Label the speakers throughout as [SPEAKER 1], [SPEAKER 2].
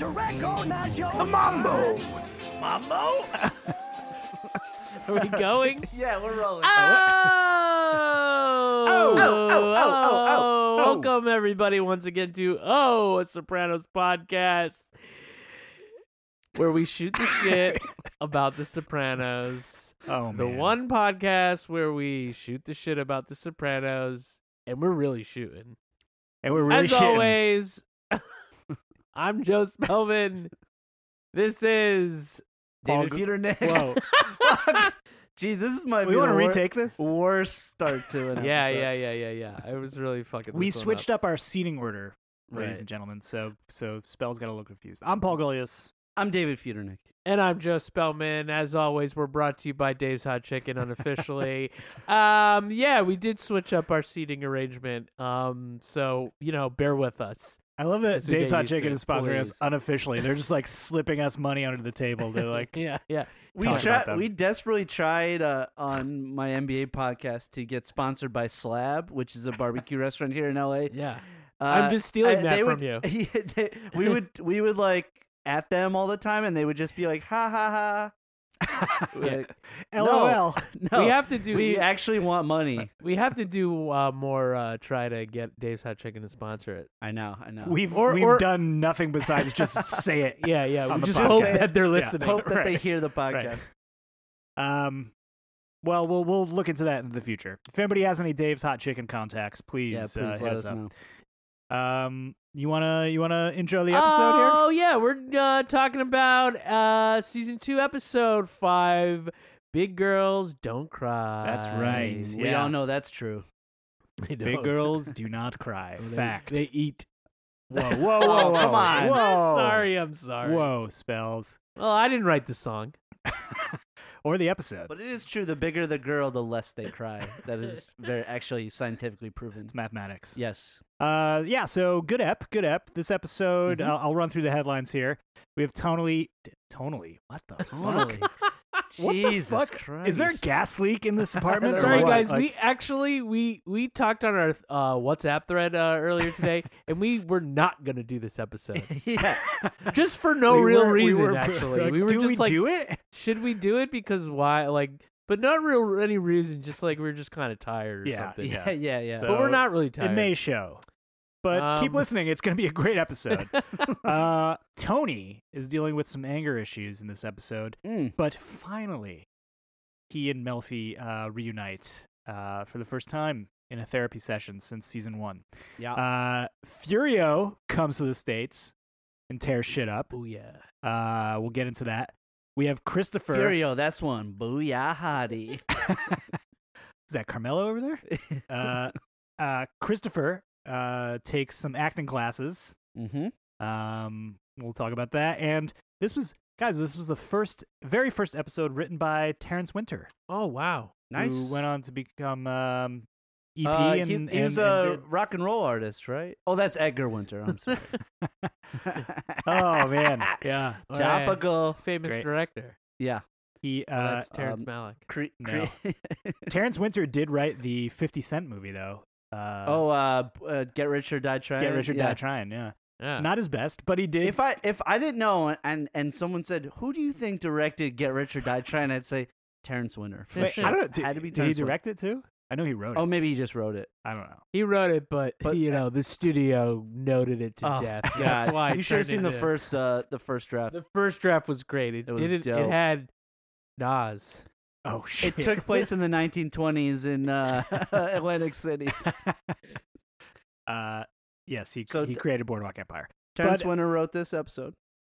[SPEAKER 1] A mambo. Mambo?
[SPEAKER 2] Are we going?
[SPEAKER 3] Yeah, we're rolling.
[SPEAKER 2] Uh, Oh!
[SPEAKER 1] Oh, oh, oh, oh, oh, oh.
[SPEAKER 2] Welcome, everybody, once again to Oh, a Sopranos podcast, where we shoot the shit about the Sopranos.
[SPEAKER 1] Oh,
[SPEAKER 2] the one podcast where we shoot the shit about the Sopranos, and we're really shooting.
[SPEAKER 1] And we're really
[SPEAKER 2] As
[SPEAKER 1] shitting.
[SPEAKER 2] always, I'm Joe Spelman. This is.
[SPEAKER 3] David
[SPEAKER 1] Paul-
[SPEAKER 3] Peternick.
[SPEAKER 2] Whoa.
[SPEAKER 3] Gee, this is my
[SPEAKER 1] We want to
[SPEAKER 3] wor-
[SPEAKER 1] retake this?
[SPEAKER 3] worst start to an
[SPEAKER 2] yeah,
[SPEAKER 3] episode.
[SPEAKER 2] yeah, yeah, yeah, yeah. It was really fucking.
[SPEAKER 1] uh, We
[SPEAKER 2] this one up.
[SPEAKER 1] switched up. our seating order, ladies
[SPEAKER 3] Right.
[SPEAKER 1] and gentlemen. So so spells got a little confused. I'm Paul Golias.
[SPEAKER 3] I'm David Futernick.
[SPEAKER 2] And I'm Joe Spellman. As always, we're brought to you by Dave's Hot Chicken unofficially. um, yeah, we did switch up our seating arrangement. Um, so you know, bear with us.
[SPEAKER 1] I love
[SPEAKER 2] As
[SPEAKER 1] that
[SPEAKER 2] we
[SPEAKER 1] Dave's
[SPEAKER 2] get
[SPEAKER 1] Hot
[SPEAKER 2] used to
[SPEAKER 1] Chicken
[SPEAKER 2] it,
[SPEAKER 1] is sponsoring us
[SPEAKER 2] please.
[SPEAKER 1] unofficially. They're just like slipping us money under the table. They're like,
[SPEAKER 2] Yeah, yeah.
[SPEAKER 3] We
[SPEAKER 1] Talk about
[SPEAKER 3] tried.
[SPEAKER 1] them.
[SPEAKER 3] We desperately tried uh, on my NBA podcast to get sponsored by Slab, which is a barbecue restaurant here in LA.
[SPEAKER 2] Yeah.
[SPEAKER 3] Uh,
[SPEAKER 2] I'm just stealing that
[SPEAKER 3] they
[SPEAKER 2] from
[SPEAKER 3] would,
[SPEAKER 2] you.
[SPEAKER 3] Yeah, they- we would we would like at them all the time, and they would just be like, ha ha ha. Like,
[SPEAKER 1] LOL.
[SPEAKER 3] no,
[SPEAKER 2] We have to do
[SPEAKER 3] we
[SPEAKER 2] Oh, we,
[SPEAKER 3] actually want money.
[SPEAKER 2] have to do uh, more uh, try to get Dave's Hot Chicken to sponsor it.
[SPEAKER 3] I know. I know.
[SPEAKER 1] We've
[SPEAKER 2] Or-
[SPEAKER 1] we've
[SPEAKER 2] or-
[SPEAKER 1] done nothing besides just say it.
[SPEAKER 2] Yeah, yeah.
[SPEAKER 1] On
[SPEAKER 2] We
[SPEAKER 1] the
[SPEAKER 2] just
[SPEAKER 1] podcast.
[SPEAKER 2] hope that they're
[SPEAKER 1] Yeah.
[SPEAKER 2] listening.
[SPEAKER 3] hope that they
[SPEAKER 1] Right.
[SPEAKER 3] hear the podcast.
[SPEAKER 1] Right. Um, well, we'll we'll look into that in the future. If anybody has any Dave's Hot Chicken contacts, please,
[SPEAKER 3] Yeah, please
[SPEAKER 1] uh, hit
[SPEAKER 3] let us
[SPEAKER 1] up.
[SPEAKER 3] know.
[SPEAKER 1] Um, you wanna you wanna intro the episode here?
[SPEAKER 2] Oh yeah, we're uh, talking about uh, season two, episode five. Big girls don't cry.
[SPEAKER 1] That's right.
[SPEAKER 3] We
[SPEAKER 1] Yeah.
[SPEAKER 3] all know that's true.
[SPEAKER 2] They
[SPEAKER 1] Big
[SPEAKER 2] don't.
[SPEAKER 1] girls do not cry.
[SPEAKER 2] They-
[SPEAKER 1] Fact.
[SPEAKER 2] They eat.
[SPEAKER 1] Whoa, whoa, whoa,
[SPEAKER 3] Oh,
[SPEAKER 1] whoa,
[SPEAKER 3] come on.
[SPEAKER 1] Whoa.
[SPEAKER 2] sorry, I'm sorry.
[SPEAKER 1] Whoa, spells.
[SPEAKER 2] Well, I didn't write the song.
[SPEAKER 1] Or the episode.
[SPEAKER 3] But it is true. The bigger the girl, the less they cry. That is very actually scientifically proven.
[SPEAKER 1] It's mathematics.
[SPEAKER 3] Yes.
[SPEAKER 1] Uh, yeah, so good ep, good ep. This episode,
[SPEAKER 3] Mhm.
[SPEAKER 1] I'll, I'll run through the headlines here. We have tonally, d- tonally, what the fuck? What the
[SPEAKER 3] Jesus
[SPEAKER 1] fuck?
[SPEAKER 3] Christ.
[SPEAKER 1] Is there a gas leak in this apartment?
[SPEAKER 3] There
[SPEAKER 1] or
[SPEAKER 2] sorry,
[SPEAKER 1] what?
[SPEAKER 2] guys.
[SPEAKER 1] Like,
[SPEAKER 2] we actually we we talked on our uh, WhatsApp thread uh, earlier today, and we were not gonna do this episode
[SPEAKER 3] yeah.
[SPEAKER 2] just for no
[SPEAKER 1] we
[SPEAKER 2] real
[SPEAKER 1] were- we
[SPEAKER 2] reason.
[SPEAKER 1] were-
[SPEAKER 2] actually,
[SPEAKER 1] like,
[SPEAKER 2] we were
[SPEAKER 1] do
[SPEAKER 2] just
[SPEAKER 1] we
[SPEAKER 2] like,
[SPEAKER 1] do it?
[SPEAKER 2] should we do it? Because why? Like, but not real any reason. Just like we were just kind of tired or
[SPEAKER 1] Yeah,
[SPEAKER 2] something.
[SPEAKER 3] yeah. Yeah. Yeah.
[SPEAKER 1] So-
[SPEAKER 2] But we're not really tired.
[SPEAKER 1] It may show. But keep
[SPEAKER 2] Um,
[SPEAKER 1] listening. It's going to be a great episode.
[SPEAKER 3] Mm-hmm.
[SPEAKER 1] uh, Tony is dealing with some anger issues in this episode,
[SPEAKER 3] Mm.
[SPEAKER 1] but finally, he and Melfi uh, reunite uh, for the first time in a therapy session since season one.
[SPEAKER 3] Yeah.
[SPEAKER 1] Uh, Furio comes to the States and tears shit up.
[SPEAKER 2] oh yeah.
[SPEAKER 1] Uh, we'll get into that. We have Christopher.
[SPEAKER 3] Furio, that's one. Booyah, hottie.
[SPEAKER 1] Is that Carmelo over there? Uh, uh, Christopher uh, takes some acting classes
[SPEAKER 3] mm-hmm.
[SPEAKER 1] Um, we'll talk about that. And this was, guys, this was the first, very first episode written by Terrence Winter,
[SPEAKER 2] Oh wow.
[SPEAKER 3] Nice.
[SPEAKER 1] who went on to become um, EP.
[SPEAKER 3] Uh,
[SPEAKER 1] and,
[SPEAKER 3] he, he was
[SPEAKER 1] and-
[SPEAKER 3] a
[SPEAKER 1] and did-
[SPEAKER 3] rock and roll artist, right? Oh, that's Edgar Winter. I'm sorry.
[SPEAKER 1] oh man, yeah.
[SPEAKER 2] All right.
[SPEAKER 3] Topical.
[SPEAKER 2] Famous
[SPEAKER 1] Great.
[SPEAKER 2] director.
[SPEAKER 3] Yeah.
[SPEAKER 1] He
[SPEAKER 2] Oh,
[SPEAKER 1] uh,
[SPEAKER 2] that's Terrence
[SPEAKER 3] um,
[SPEAKER 2] Malick.
[SPEAKER 3] Cre-
[SPEAKER 1] No.
[SPEAKER 3] cre-
[SPEAKER 1] Terrence Winter did write the Fifty Cent movie though. Uh,
[SPEAKER 3] oh, uh, b- uh, Get Rich or Die Trying.
[SPEAKER 1] Get Rich or
[SPEAKER 3] yeah.
[SPEAKER 1] Die Trying. Yeah,
[SPEAKER 2] Yeah.
[SPEAKER 1] not his best, but he did.
[SPEAKER 3] If I if I didn't know and and someone said, "Who do you think directed Get Rich or Die Trying?" I'd say Terrence Winter. For
[SPEAKER 2] Wait, I
[SPEAKER 3] sure.
[SPEAKER 1] I don't know. Did,
[SPEAKER 3] Had to be
[SPEAKER 1] did he
[SPEAKER 3] Terrence Winter.
[SPEAKER 1] direct it too? I know he wrote
[SPEAKER 3] Oh,
[SPEAKER 1] it.
[SPEAKER 3] maybe he just wrote it.
[SPEAKER 1] I don't know.
[SPEAKER 2] He wrote it, but,
[SPEAKER 3] But-
[SPEAKER 2] you know the studio noted it to
[SPEAKER 3] Oh,
[SPEAKER 2] death.
[SPEAKER 3] God.
[SPEAKER 2] That's why it
[SPEAKER 3] you should have
[SPEAKER 2] turned
[SPEAKER 3] seen the
[SPEAKER 2] into-
[SPEAKER 3] first uh the first draft.
[SPEAKER 2] The first draft was great. It,
[SPEAKER 3] It was
[SPEAKER 2] didn't. It
[SPEAKER 3] dope.
[SPEAKER 2] had Nas.
[SPEAKER 1] Oh shit.
[SPEAKER 3] It took place in the 1920s in uh, Atlantic City.
[SPEAKER 1] Uh, yes, he
[SPEAKER 3] So
[SPEAKER 1] he
[SPEAKER 3] t-
[SPEAKER 1] created Boardwalk Empire.
[SPEAKER 3] Terrence
[SPEAKER 1] But-
[SPEAKER 3] Winter wrote this episode.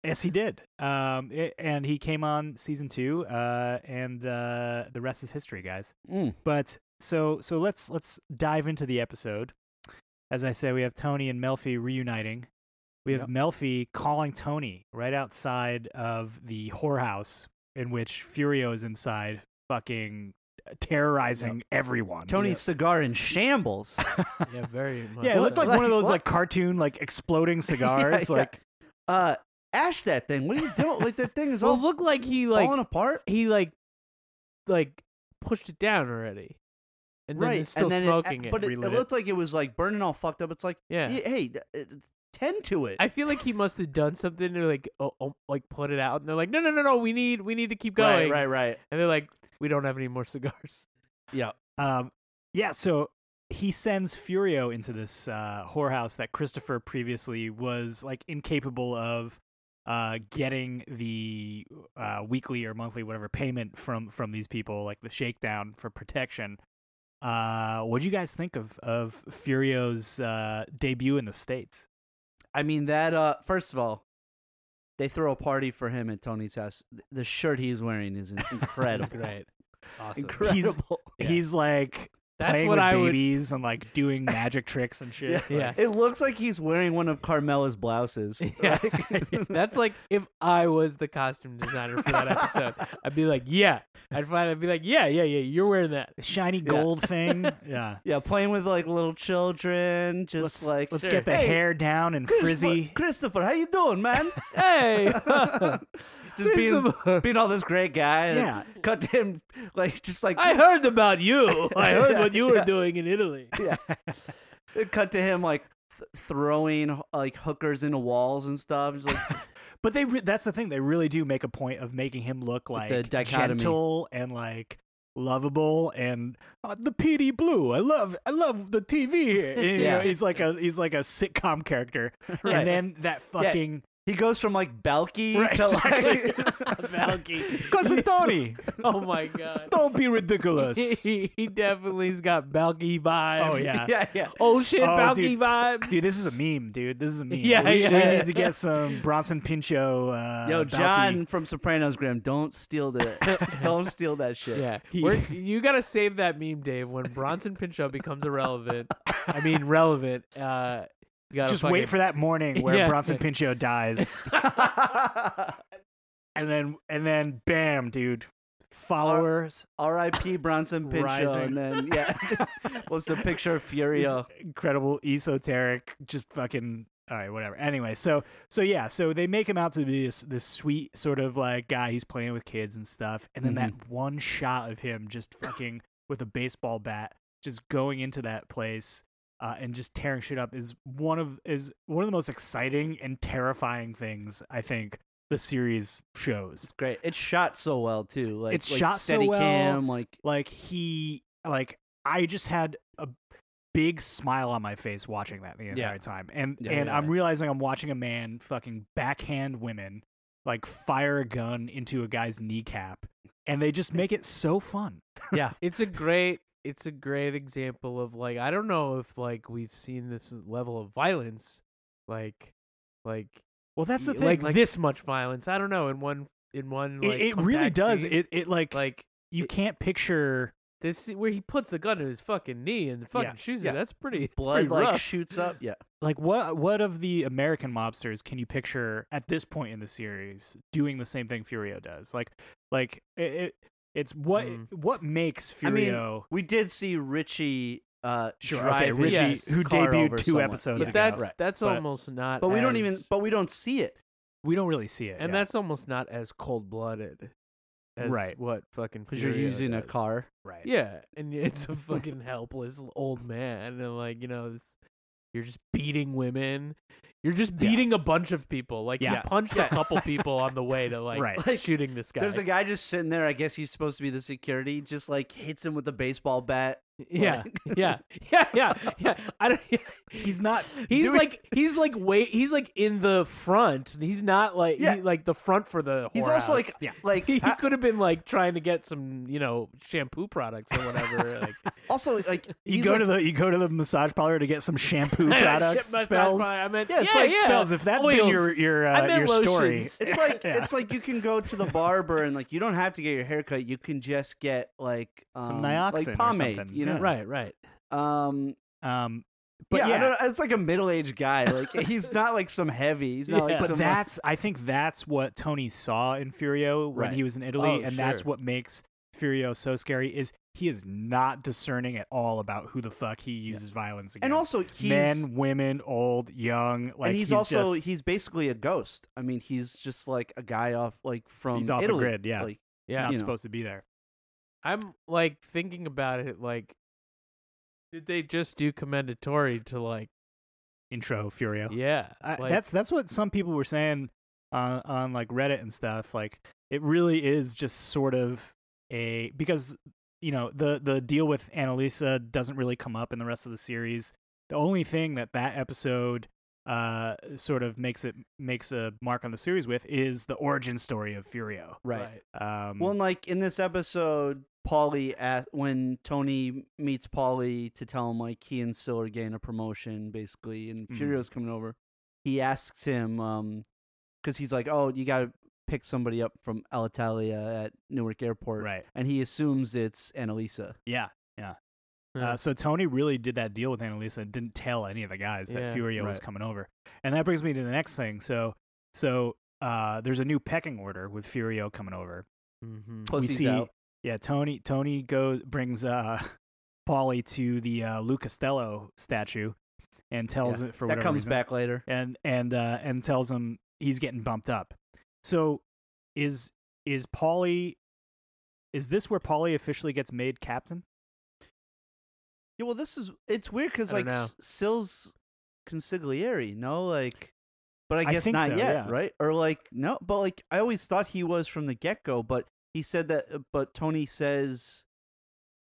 [SPEAKER 1] Yes, he did. Um, i and he came on season two, uh, and uh, the rest is history, guys.
[SPEAKER 3] Mm.
[SPEAKER 1] But so so let's let's dive into the episode. As I say, we have Tony and Melfi reuniting. We have
[SPEAKER 3] Yep.
[SPEAKER 1] Melfi calling Tony right outside of the whorehouse in which Furio is inside, fucking uh, terrorizing everyone.
[SPEAKER 3] Tony's cigar in shambles.
[SPEAKER 2] Yeah, very much.
[SPEAKER 1] Yeah, it looked
[SPEAKER 2] so.
[SPEAKER 1] like one of those
[SPEAKER 3] What?
[SPEAKER 1] like cartoon like exploding cigars.
[SPEAKER 3] yeah.
[SPEAKER 1] Like
[SPEAKER 3] Uh, ash that thing. What are you doing? like that thing is
[SPEAKER 2] Well,
[SPEAKER 3] all
[SPEAKER 2] it looked like he like
[SPEAKER 3] falling apart.
[SPEAKER 2] he like like pushed it down already, and then
[SPEAKER 3] right,
[SPEAKER 2] he's still
[SPEAKER 3] and then
[SPEAKER 2] smoking
[SPEAKER 3] it,
[SPEAKER 2] it.
[SPEAKER 3] But it, it
[SPEAKER 1] Relit it.
[SPEAKER 3] looked like it was like burning all fucked up. It's like,
[SPEAKER 2] yeah.
[SPEAKER 3] y- hey, th- it- it's- tend to it.
[SPEAKER 2] I feel like he must have done something to like, oh, oh, like put it out, and they're like, no, no, no, no, we need, we need to keep going,
[SPEAKER 3] Right, right, right.
[SPEAKER 2] And they're like, we don't have any more cigars.
[SPEAKER 3] Yeah.
[SPEAKER 1] Um, yeah, so he sends Furio into this uh, whorehouse that Christopher previously was like incapable of uh, getting the uh, weekly or monthly whatever payment from from these people, like the shakedown for protection. Uh, what do you guys think of of Furio's uh, debut in the states?
[SPEAKER 3] I mean that. Uh, first of all, they throw a party for him at Tony's house. Th- The shirt he's wearing is in- incredible.
[SPEAKER 2] Great, awesome.
[SPEAKER 3] Incredible.
[SPEAKER 2] Yeah.
[SPEAKER 1] He's like
[SPEAKER 2] That's
[SPEAKER 1] playing
[SPEAKER 2] what
[SPEAKER 1] with
[SPEAKER 2] I would-
[SPEAKER 1] babies and like doing magic tricks and shit.
[SPEAKER 2] Yeah.
[SPEAKER 1] Like,
[SPEAKER 3] It looks like he's wearing one of Carmela's blouses.
[SPEAKER 2] Yeah. That's like if I was the costume designer for that episode, I'd be like, yeah. I'd find, I'd be like, yeah, yeah, yeah. You're wearing that.
[SPEAKER 1] Shiny gold thing. Yeah.
[SPEAKER 3] Yeah, playing with like little children, just
[SPEAKER 1] let's
[SPEAKER 3] like
[SPEAKER 1] let's
[SPEAKER 2] sure.
[SPEAKER 1] get the
[SPEAKER 3] Hey,
[SPEAKER 1] hair down and
[SPEAKER 3] Christopher,
[SPEAKER 1] frizzy.
[SPEAKER 3] Christopher, how you doing, man?
[SPEAKER 2] Hey,
[SPEAKER 3] just being
[SPEAKER 2] Christopher.
[SPEAKER 3] being all this great guy. and
[SPEAKER 1] Yeah.
[SPEAKER 3] cut to him like just like
[SPEAKER 2] I heard about you. I heard what you were
[SPEAKER 3] Yeah.
[SPEAKER 2] doing in Italy.
[SPEAKER 3] cut to him like th- throwing like hookers into walls and stuff. Just like
[SPEAKER 1] But they re- that's the thing they really do make a point of making him look like
[SPEAKER 3] the dichotomy.
[SPEAKER 1] gentle and like lovable and uh, the PD blue. I love I love the TV here. And, you know,
[SPEAKER 3] Yeah.
[SPEAKER 1] eh, he's like a he's like a sitcom character.
[SPEAKER 3] Right.
[SPEAKER 1] And then that fucking
[SPEAKER 3] he goes from like Balky
[SPEAKER 1] Right,
[SPEAKER 3] to
[SPEAKER 1] exactly.
[SPEAKER 3] like
[SPEAKER 2] Valky.
[SPEAKER 1] cousin Tony,
[SPEAKER 2] Oh my god.
[SPEAKER 1] don't be
[SPEAKER 2] he,
[SPEAKER 1] ridiculous.
[SPEAKER 2] he- he definitely's got Balky vibes.
[SPEAKER 1] Oh, yeah.
[SPEAKER 3] yeah, yeah.
[SPEAKER 2] Oh shit,
[SPEAKER 1] Oh,
[SPEAKER 2] Balky
[SPEAKER 1] dude.
[SPEAKER 2] vibes.
[SPEAKER 1] Dude, this is a meme, dude. This is a meme.
[SPEAKER 2] Yeah,
[SPEAKER 1] we, we
[SPEAKER 2] yeah.
[SPEAKER 1] need to get some Bronson Pinchot. Uh,
[SPEAKER 3] Yo,
[SPEAKER 1] Balky-
[SPEAKER 3] John from Sopranos, Graham, don't steal that. don't steal that shit.
[SPEAKER 2] Yeah,
[SPEAKER 1] He-
[SPEAKER 2] We're, you gotta save that meme, Dave. When Bronson Pinchot becomes irrelevant, I mean relevant. Uh, you gotta
[SPEAKER 1] Just
[SPEAKER 2] fucking,
[SPEAKER 1] wait for that morning where
[SPEAKER 2] Yeah.
[SPEAKER 1] Bronson Pinchot dies. and then and then bam, dude, followers.
[SPEAKER 3] R.I.P. Bronson Pinchot,
[SPEAKER 1] Rising.
[SPEAKER 3] and then yeah, just, what's the picture of Furio?
[SPEAKER 1] This incredible, esoteric, just fucking. All right, whatever. Anyway, so so yeah, so they make him out to be this this sweet sort of like guy. He's playing with kids and stuff, and then that one shot of him just fucking with a baseball bat, just going into that place. Uh, and just tearing shit up is one of is one of the most exciting and terrifying things I think the series shows.
[SPEAKER 3] Great. It's shot so well too. Like
[SPEAKER 1] It's
[SPEAKER 3] like
[SPEAKER 1] shot so
[SPEAKER 3] steady
[SPEAKER 1] well.
[SPEAKER 3] Cam, like
[SPEAKER 1] like he like i just had a big smile on my face watching that the entire time and
[SPEAKER 3] Yeah,
[SPEAKER 1] and
[SPEAKER 3] yeah,
[SPEAKER 1] i'm
[SPEAKER 3] yeah.
[SPEAKER 1] realizing i'm watching a man fucking backhand women like fire a gun into a guy's kneecap and they just make it so fun
[SPEAKER 3] yeah,
[SPEAKER 2] It's a great. It's a great example of like I don't know if like we've seen this level of violence, like, like
[SPEAKER 1] well that's the
[SPEAKER 2] y-
[SPEAKER 1] thing
[SPEAKER 2] like,
[SPEAKER 1] like,
[SPEAKER 2] this much violence. I don't know in one in one
[SPEAKER 1] it,
[SPEAKER 2] like
[SPEAKER 1] it really
[SPEAKER 2] compact
[SPEAKER 1] does
[SPEAKER 2] scene,
[SPEAKER 1] it it like,
[SPEAKER 2] like
[SPEAKER 1] you can't picture
[SPEAKER 2] this scene where he puts the gun to his fucking knee and fucking
[SPEAKER 1] Yeah,
[SPEAKER 2] shoots
[SPEAKER 3] yeah.
[SPEAKER 2] it. That's pretty that's pretty
[SPEAKER 3] blood like
[SPEAKER 2] rough.
[SPEAKER 3] shoots up. Yeah,
[SPEAKER 1] like what what of the american mobsters can you picture at this point in the series doing the same thing furio does like like it, it it's what
[SPEAKER 2] Mm.
[SPEAKER 1] what makes
[SPEAKER 3] I mean,
[SPEAKER 1] furio
[SPEAKER 3] we did see Richie. Uh,
[SPEAKER 1] Sure. Okay.
[SPEAKER 3] drive his
[SPEAKER 1] Richie,
[SPEAKER 2] Yes.
[SPEAKER 1] who
[SPEAKER 3] car over
[SPEAKER 1] debuted two
[SPEAKER 3] someone.
[SPEAKER 1] episodes
[SPEAKER 2] But
[SPEAKER 1] ago.
[SPEAKER 2] that's
[SPEAKER 1] Right.
[SPEAKER 2] that's
[SPEAKER 1] But-
[SPEAKER 2] almost not.
[SPEAKER 3] but we don't even.
[SPEAKER 2] as-
[SPEAKER 3] But we don't see it.
[SPEAKER 1] We don't really see it.
[SPEAKER 2] and
[SPEAKER 1] yeah.
[SPEAKER 2] that's almost not as cold blooded. As
[SPEAKER 1] Right.
[SPEAKER 2] What fucking?
[SPEAKER 3] Because you're
[SPEAKER 2] Furio
[SPEAKER 3] using a
[SPEAKER 2] does.
[SPEAKER 3] car.
[SPEAKER 1] right.
[SPEAKER 2] Yeah, and y- it's a fucking helpless l- old man, and like you know, this, you're just beating women. You're just
[SPEAKER 1] Yeah.
[SPEAKER 2] beating a bunch of people. Like
[SPEAKER 1] Yeah.
[SPEAKER 2] you punched a couple people on the way to like
[SPEAKER 1] Right.
[SPEAKER 3] Like,
[SPEAKER 2] shooting this guy.
[SPEAKER 3] There's a guy just sitting there. I guess he's supposed to be the security. Just like hits him with a baseball bat.
[SPEAKER 2] Yeah, yeah, yeah, yeah, yeah. I don't.
[SPEAKER 1] He's not
[SPEAKER 2] He's
[SPEAKER 1] doing-
[SPEAKER 2] like he's like wait he's like in the front. He's not like
[SPEAKER 3] Yeah.
[SPEAKER 2] he, like the front for the.
[SPEAKER 3] He's
[SPEAKER 2] whorehouse.
[SPEAKER 3] also like,
[SPEAKER 1] Yeah.
[SPEAKER 3] like
[SPEAKER 2] he
[SPEAKER 3] ha-
[SPEAKER 2] could have been like trying to get some you know shampoo products or whatever. Like
[SPEAKER 3] also like
[SPEAKER 1] you
[SPEAKER 3] he's
[SPEAKER 1] go
[SPEAKER 3] like,
[SPEAKER 1] to the you go to the massage parlor to get some shampoo
[SPEAKER 2] I got
[SPEAKER 1] products
[SPEAKER 2] shit massage
[SPEAKER 1] spells.
[SPEAKER 2] product. I meant
[SPEAKER 3] Yeah, it's
[SPEAKER 2] yeah,
[SPEAKER 1] like
[SPEAKER 2] yeah.
[SPEAKER 1] spells. If that's been
[SPEAKER 2] Oils.
[SPEAKER 1] your your
[SPEAKER 2] I
[SPEAKER 1] uh,
[SPEAKER 2] meant
[SPEAKER 1] your story,
[SPEAKER 2] lotions.
[SPEAKER 3] It's like
[SPEAKER 1] Yeah.
[SPEAKER 3] it's like you can go to the barber and like you don't have to get your haircut. You can just get like um,
[SPEAKER 1] Some Nioxin or
[SPEAKER 3] like pomade.
[SPEAKER 1] something,
[SPEAKER 3] You know,
[SPEAKER 1] yeah.
[SPEAKER 2] right, right.
[SPEAKER 3] Um,
[SPEAKER 1] um, but
[SPEAKER 3] yeah,
[SPEAKER 1] yeah,
[SPEAKER 3] I don't, it's like a middle aged guy. Like he's not like some heavy. He's not
[SPEAKER 2] Yeah.
[SPEAKER 3] like
[SPEAKER 1] but
[SPEAKER 3] some,
[SPEAKER 1] that's I think that's what Tony saw in Furio when
[SPEAKER 3] Right.
[SPEAKER 1] he was in Italy,
[SPEAKER 2] Oh,
[SPEAKER 1] and that's
[SPEAKER 2] sure.
[SPEAKER 1] what makes Furio so scary. Is he is not discerning at all about who the fuck he uses violence against.
[SPEAKER 3] and also he's
[SPEAKER 1] men, women, old, young. Like
[SPEAKER 3] and he's, also
[SPEAKER 1] just-
[SPEAKER 3] he's basically a ghost. I mean, he's just like a guy off like from
[SPEAKER 1] He's off the
[SPEAKER 3] Italy.
[SPEAKER 1] grid, yeah.
[SPEAKER 3] Like,
[SPEAKER 2] Yeah.
[SPEAKER 1] not
[SPEAKER 3] you know.
[SPEAKER 1] supposed to be there.
[SPEAKER 2] I'm like thinking about it like did they just do commendatory to like
[SPEAKER 1] Intro Furio.
[SPEAKER 2] yeah
[SPEAKER 1] I,
[SPEAKER 2] like,
[SPEAKER 1] that's that's what some people were saying on on like Reddit and stuff. Like it really is just sort of a because you know the the deal with Annalisa doesn't really come up in the rest of the series. The only thing that that episode uh sort of makes it makes a mark on the series with is the origin story of Furio.
[SPEAKER 3] right.
[SPEAKER 1] Um,
[SPEAKER 3] Well, and like in this episode, Paulie asked, when Tony meets Paulie to tell him like he and Sil are getting a promotion, basically, and
[SPEAKER 1] Mhm.
[SPEAKER 3] Furio's coming over. He asks him because he's like, "Oh, you got to pick somebody up from Alitalia at Newark Airport,"
[SPEAKER 1] right.
[SPEAKER 3] and he assumes it's Annalisa.
[SPEAKER 1] Yeah. Yeah.
[SPEAKER 2] Yeah.
[SPEAKER 1] Uh, so Tony really did that deal with Annalisa and didn't tell any of the guys
[SPEAKER 2] Yeah.
[SPEAKER 1] that Furio was
[SPEAKER 3] Right.
[SPEAKER 1] coming over. And that brings me to the next thing. So, so uh, there's a new pecking order with Furio coming over.
[SPEAKER 2] Mhm.
[SPEAKER 1] we
[SPEAKER 3] Pussy's
[SPEAKER 1] see,
[SPEAKER 3] out.
[SPEAKER 1] yeah, Tony. Tony goes brings uh, Paulie to the uh, Lou Costello statue and tells
[SPEAKER 3] Yeah,
[SPEAKER 1] it for
[SPEAKER 3] that
[SPEAKER 1] whatever
[SPEAKER 3] comes
[SPEAKER 1] reason-
[SPEAKER 3] back later.
[SPEAKER 1] and and uh, and tells him he's getting bumped up. So is is Paulie? Is this where Paulie officially gets made captain?
[SPEAKER 3] Yeah, well, this is it's weird because
[SPEAKER 2] I don't
[SPEAKER 3] like S- Sil's consigliere, no, like, but I
[SPEAKER 1] I
[SPEAKER 3] guess
[SPEAKER 1] think
[SPEAKER 3] not
[SPEAKER 1] so,
[SPEAKER 3] yet,
[SPEAKER 1] yeah.
[SPEAKER 3] right? Or like no, but like I always thought he was from the get go, but he said that, uh, but Tony says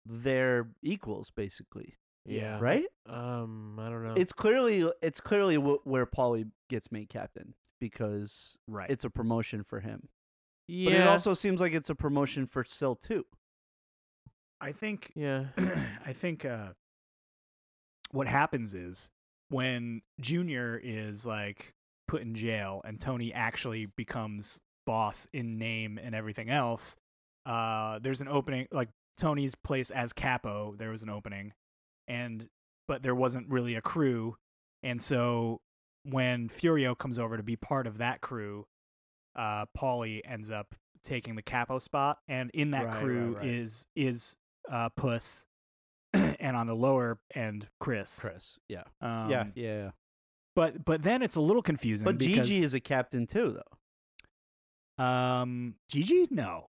[SPEAKER 3] they're equals basically,
[SPEAKER 2] yeah
[SPEAKER 3] right?
[SPEAKER 2] um I don't know
[SPEAKER 3] It's clearly it's clearly wh- where Paulie gets made captain because
[SPEAKER 1] Right.
[SPEAKER 3] it's a promotion for him,
[SPEAKER 2] yeah
[SPEAKER 3] but it also seems like it's a promotion for Sil too.
[SPEAKER 1] I think
[SPEAKER 2] yeah
[SPEAKER 1] I think uh, what happens is when Junior is like put in jail and Tony actually becomes boss in name and everything else, uh, there's an opening like Tony's place as capo. There was an opening, and but there wasn't really a crew, and so when Furio comes over to be part of that crew, uh, Paulie ends up taking the capo spot, and in that
[SPEAKER 3] Right, right,
[SPEAKER 1] crew
[SPEAKER 3] right.
[SPEAKER 1] is is uh, Puss, and on the lower end Chris.
[SPEAKER 3] Chris, yeah,
[SPEAKER 1] Um,
[SPEAKER 3] yeah, yeah.
[SPEAKER 1] But but then it's a little confusing.
[SPEAKER 3] But
[SPEAKER 1] because,
[SPEAKER 3] Gigi is a captain too, though.
[SPEAKER 1] um, Gigi, no,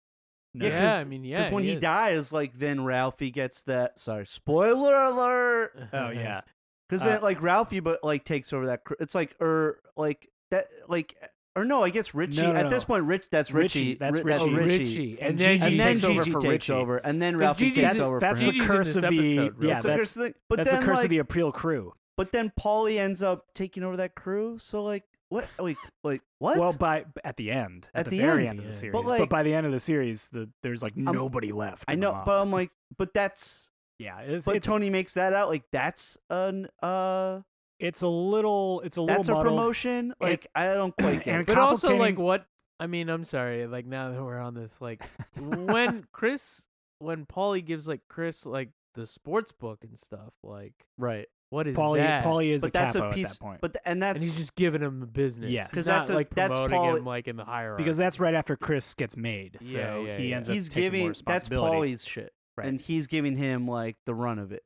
[SPEAKER 1] no.
[SPEAKER 3] Yeah,
[SPEAKER 2] yeah
[SPEAKER 3] 'cause-
[SPEAKER 2] I mean yeah
[SPEAKER 3] Because when he
[SPEAKER 2] is.
[SPEAKER 3] dies, like then Ralphie gets that. Sorry, spoiler alert.
[SPEAKER 1] Oh yeah,
[SPEAKER 3] Because
[SPEAKER 1] Uh,
[SPEAKER 3] then like Ralphie, but like takes over that. cr- It's like or like that like or no, I guess Richie.
[SPEAKER 1] No, no,
[SPEAKER 3] at
[SPEAKER 1] no.
[SPEAKER 3] this point, Rich. That's
[SPEAKER 1] Richie,
[SPEAKER 3] Richie.
[SPEAKER 1] that's
[SPEAKER 3] Ri- that's
[SPEAKER 1] Richie.
[SPEAKER 3] Richie.
[SPEAKER 2] Oh, Richie.
[SPEAKER 1] And
[SPEAKER 2] And then
[SPEAKER 1] Gigi
[SPEAKER 3] And then
[SPEAKER 1] takes over
[SPEAKER 3] Gigi
[SPEAKER 1] for
[SPEAKER 3] takes
[SPEAKER 1] Richie.
[SPEAKER 3] over, and then
[SPEAKER 2] 'Cause
[SPEAKER 3] Ralphie
[SPEAKER 2] Gigi
[SPEAKER 3] takes
[SPEAKER 2] is-
[SPEAKER 3] over.
[SPEAKER 1] that's the
[SPEAKER 3] for him.
[SPEAKER 2] Gigi's in
[SPEAKER 1] curse
[SPEAKER 2] this
[SPEAKER 1] of the
[SPEAKER 2] episode, really.
[SPEAKER 1] yeah.
[SPEAKER 3] That's the curse
[SPEAKER 1] That's,
[SPEAKER 3] of the thing. But
[SPEAKER 1] that's
[SPEAKER 3] then
[SPEAKER 1] the curse
[SPEAKER 3] like,
[SPEAKER 1] of the April crew.
[SPEAKER 3] but then Paulie ends up taking over that crew. So like what? Like like what?
[SPEAKER 1] Well, by at the end, at,
[SPEAKER 3] At
[SPEAKER 1] the,
[SPEAKER 3] the
[SPEAKER 1] very end,
[SPEAKER 3] end,
[SPEAKER 1] of the
[SPEAKER 2] yeah.
[SPEAKER 1] series.
[SPEAKER 3] But,
[SPEAKER 1] But,
[SPEAKER 3] like-
[SPEAKER 1] by the end of the series, the, there's like nobody left.
[SPEAKER 3] I
[SPEAKER 1] in the
[SPEAKER 3] know,
[SPEAKER 1] mob.
[SPEAKER 3] but I'm like, but that's.
[SPEAKER 1] yeah, it's
[SPEAKER 3] But
[SPEAKER 1] it's,
[SPEAKER 3] Tony makes that out like that's an uh
[SPEAKER 1] it's a little it's a little
[SPEAKER 3] that's a
[SPEAKER 1] muddled.
[SPEAKER 3] promotion. Like I don't quite get.
[SPEAKER 1] And
[SPEAKER 3] it.
[SPEAKER 2] but also like
[SPEAKER 1] complicating-
[SPEAKER 2] what I mean I'm sorry like now that we're on this like when Chris when Paulie gives like Chris like the sports book and stuff like
[SPEAKER 3] Right.
[SPEAKER 2] what is
[SPEAKER 1] Paulie
[SPEAKER 2] that
[SPEAKER 1] Paulie is
[SPEAKER 3] But
[SPEAKER 1] a
[SPEAKER 3] that's
[SPEAKER 1] capo
[SPEAKER 3] a piece.
[SPEAKER 1] at that point.
[SPEAKER 3] But th- and that's
[SPEAKER 2] and he's just giving him the business.
[SPEAKER 1] Yes.
[SPEAKER 2] because
[SPEAKER 3] 'Cause
[SPEAKER 2] that's
[SPEAKER 3] that's a-
[SPEAKER 2] like
[SPEAKER 3] that's
[SPEAKER 2] promoting
[SPEAKER 3] Paul-
[SPEAKER 2] him like in the hierarchy.
[SPEAKER 1] because that's right after Chris gets made, so
[SPEAKER 2] Yeah, yeah,
[SPEAKER 1] he
[SPEAKER 2] yeah.
[SPEAKER 1] ends
[SPEAKER 3] he's
[SPEAKER 1] up taking more
[SPEAKER 3] giving that's
[SPEAKER 1] responsibility.
[SPEAKER 3] Paulie's shit,
[SPEAKER 1] Right.
[SPEAKER 3] and he's giving him like the run of it.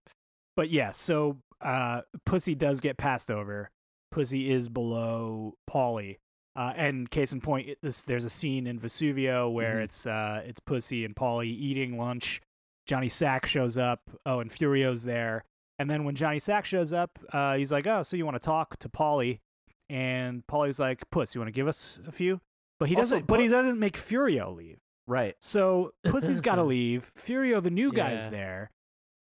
[SPEAKER 1] But yeah, so uh, Pussy does get passed over. Pussy is below Polly. Uh, and case in point, it, this, there's a scene in Vesuvio where
[SPEAKER 2] Mm-hmm.
[SPEAKER 3] Mhm.
[SPEAKER 1] it's uh, it's Pussy and Polly eating lunch. Johnny Sack shows up. Oh, and Furio's there. And then when Johnny Sack shows up, uh, he's like, "Oh, so you want to talk to Polly?" And Polly's like, "Puss, you want to give us a few?" But he
[SPEAKER 3] Also,
[SPEAKER 1] doesn't. but he
[SPEAKER 3] Pu-
[SPEAKER 1] doesn't make Furio leave.
[SPEAKER 3] Right.
[SPEAKER 1] So Pussy's got to leave. Furio, the new guy's
[SPEAKER 2] Yeah.
[SPEAKER 1] there.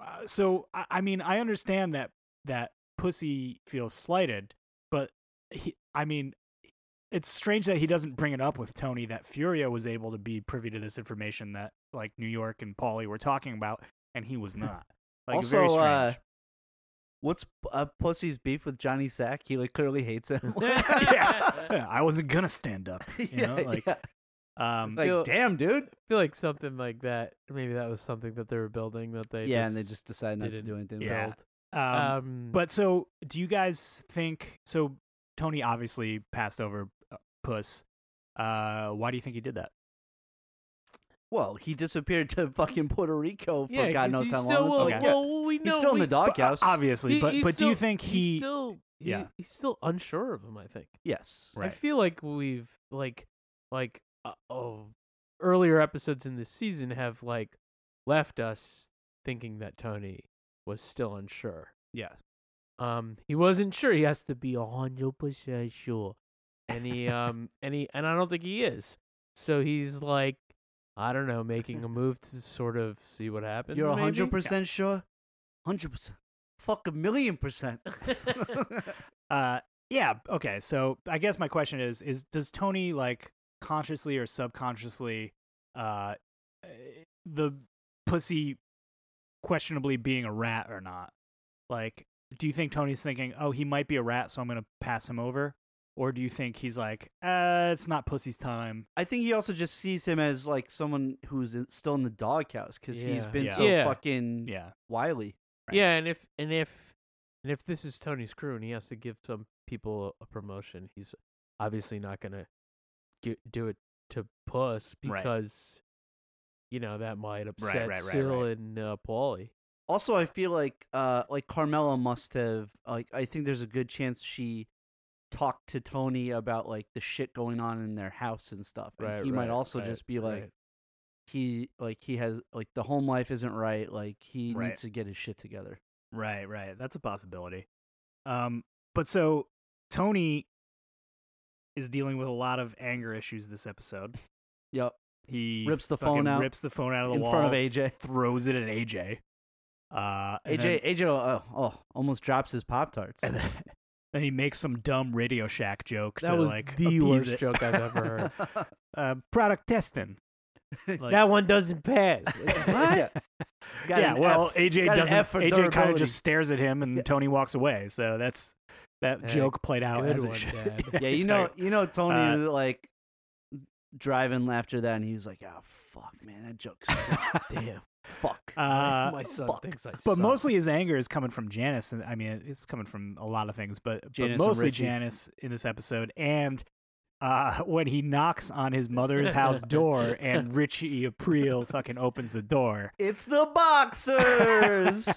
[SPEAKER 1] Uh, so I, I mean, I understand that that Pussy feels slighted, but he, I mean, it's strange that he doesn't bring it up with Tony that Furio was able to be privy to this information that like New York and Paulie were talking about, and he was not. Like
[SPEAKER 3] Also,
[SPEAKER 1] very strange.
[SPEAKER 3] uh, What's uh, Pussy's beef with Johnny Sack? He like clearly hates him.
[SPEAKER 1] yeah, yeah, I wasn't gonna stand up. You
[SPEAKER 3] Yeah,
[SPEAKER 1] know, like,
[SPEAKER 3] yeah.
[SPEAKER 1] um,
[SPEAKER 3] Like,
[SPEAKER 2] Yo-
[SPEAKER 3] damn, dude.
[SPEAKER 2] I feel like something like that. Maybe that was something that they were building that they
[SPEAKER 3] yeah,
[SPEAKER 2] just
[SPEAKER 3] and they just decide not to
[SPEAKER 2] didn't
[SPEAKER 3] do anything.
[SPEAKER 1] Yeah.
[SPEAKER 3] about
[SPEAKER 2] built.
[SPEAKER 1] um,
[SPEAKER 2] Um,
[SPEAKER 1] But so, do you guys think so? Tony obviously passed over uh, Puss. Uh, why do you think he did that?
[SPEAKER 3] Well, he disappeared to fucking Puerto Rico for
[SPEAKER 2] yeah,
[SPEAKER 3] God
[SPEAKER 2] 'cause
[SPEAKER 3] knows
[SPEAKER 2] he's
[SPEAKER 3] how
[SPEAKER 2] still,
[SPEAKER 3] long. It's
[SPEAKER 2] Well,
[SPEAKER 3] like-
[SPEAKER 1] okay.
[SPEAKER 2] well, we know
[SPEAKER 3] He's still in
[SPEAKER 2] we,
[SPEAKER 3] the
[SPEAKER 1] uh,
[SPEAKER 3] doghouse.
[SPEAKER 1] obviously,
[SPEAKER 2] he-
[SPEAKER 1] but
[SPEAKER 2] he's
[SPEAKER 1] but do you
[SPEAKER 2] still-
[SPEAKER 1] think
[SPEAKER 2] he's
[SPEAKER 1] he?
[SPEAKER 2] still he-
[SPEAKER 1] yeah.
[SPEAKER 2] he's still unsure of him? I think.
[SPEAKER 3] yes.
[SPEAKER 2] I
[SPEAKER 1] Right.
[SPEAKER 2] feel like we've like like uh, oh earlier episodes in this season have like left us thinking that Tony was still unsure.
[SPEAKER 1] Yeah.
[SPEAKER 2] Um he wasn't sure. He has to be a hundred percent sure. And he um and he and I don't think he is. So he's like I don't know, making a move to sort of see what happens.
[SPEAKER 3] You're
[SPEAKER 2] maybe?
[SPEAKER 3] hundred percent sure. Hundred percent. Fuck a million percent.
[SPEAKER 1] Uh, yeah. Okay. So I guess my question is: is does Tony like consciously or subconsciously, uh, eh, the pussy questionably being a rat or not? Like, do you think Tony's thinking, "Oh, he might be a rat, so I'm gonna pass him over," or do you think he's like, "Uh, it's not pussy's time."
[SPEAKER 3] I think he also just sees him as like someone who's in, still in the doghouse because he's
[SPEAKER 2] Yeah.
[SPEAKER 3] been
[SPEAKER 1] Yeah.
[SPEAKER 3] so
[SPEAKER 2] Yeah.
[SPEAKER 3] fucking
[SPEAKER 1] Yeah.
[SPEAKER 3] wily.
[SPEAKER 1] Right.
[SPEAKER 2] Yeah, and if and if and if this is Tony's crew and he has to give some people a promotion, he's obviously not gonna gi- do it to Puss
[SPEAKER 1] Right.
[SPEAKER 2] because you know that might
[SPEAKER 1] right,
[SPEAKER 2] upset
[SPEAKER 1] right,
[SPEAKER 2] Syl
[SPEAKER 1] right.
[SPEAKER 2] and uh, Paulie.
[SPEAKER 3] Also, I feel like uh like Carmela must have like I think there's a good chance she talked to Tony about like the shit going on in their house and stuff. And
[SPEAKER 2] Right,
[SPEAKER 3] he
[SPEAKER 2] right,
[SPEAKER 3] might also
[SPEAKER 2] right,
[SPEAKER 3] just be like
[SPEAKER 2] right.
[SPEAKER 3] he like he has like the home life isn't right. Like he
[SPEAKER 1] Right.
[SPEAKER 3] needs to get his shit together.
[SPEAKER 1] Right, right. That's a possibility. Um, but so Tony is dealing with a lot of anger issues this episode.
[SPEAKER 3] Yep.
[SPEAKER 1] He
[SPEAKER 3] Rips the
[SPEAKER 1] fucking
[SPEAKER 3] phone out
[SPEAKER 1] rips the phone out of the
[SPEAKER 3] in
[SPEAKER 1] wall,
[SPEAKER 3] front of AJ.
[SPEAKER 1] throws it at AJ. Uh, and
[SPEAKER 3] AJ AJ uh, oh almost drops his pop tarts.
[SPEAKER 1] then, and then, then he makes some dumb Radio Shack joke.
[SPEAKER 2] That
[SPEAKER 1] to,
[SPEAKER 2] was
[SPEAKER 1] like,
[SPEAKER 2] the
[SPEAKER 1] appease
[SPEAKER 2] worst
[SPEAKER 1] it.
[SPEAKER 2] joke I've ever heard.
[SPEAKER 1] Uh, product testing. Like-
[SPEAKER 2] that one doesn't pass. Like, what?
[SPEAKER 3] Yeah. Got
[SPEAKER 1] yeah,
[SPEAKER 3] an
[SPEAKER 1] well,
[SPEAKER 3] F.
[SPEAKER 1] AJ
[SPEAKER 3] Got an
[SPEAKER 1] doesn't.
[SPEAKER 3] F for
[SPEAKER 1] AJ kind of
[SPEAKER 3] durability.
[SPEAKER 1] just stares at him, and
[SPEAKER 3] Yeah.
[SPEAKER 1] Tony walks away. So that's that
[SPEAKER 2] Yeah,
[SPEAKER 1] joke played out
[SPEAKER 2] good
[SPEAKER 1] as it
[SPEAKER 2] one,
[SPEAKER 1] should.
[SPEAKER 2] Dad.
[SPEAKER 3] yeah, you
[SPEAKER 1] it's
[SPEAKER 3] know,
[SPEAKER 1] like-
[SPEAKER 3] you know, Tony
[SPEAKER 1] uh,
[SPEAKER 3] was, like driving after that, and he was like, "Oh fuck, man, that joke's
[SPEAKER 2] Damn.
[SPEAKER 3] fuck."
[SPEAKER 1] Uh,
[SPEAKER 2] My son
[SPEAKER 3] fuck.
[SPEAKER 2] thinks I
[SPEAKER 1] But
[SPEAKER 2] suck.
[SPEAKER 1] mostly his anger is coming from Janice, and I mean it's coming from a lot of things, but,
[SPEAKER 3] Janice
[SPEAKER 1] but
[SPEAKER 3] and
[SPEAKER 1] mostly
[SPEAKER 3] Richie.
[SPEAKER 1] Janice in this episode. And uh, when he knocks on his mother's house door, and Richie April fucking opens the door
[SPEAKER 3] It's the boxers.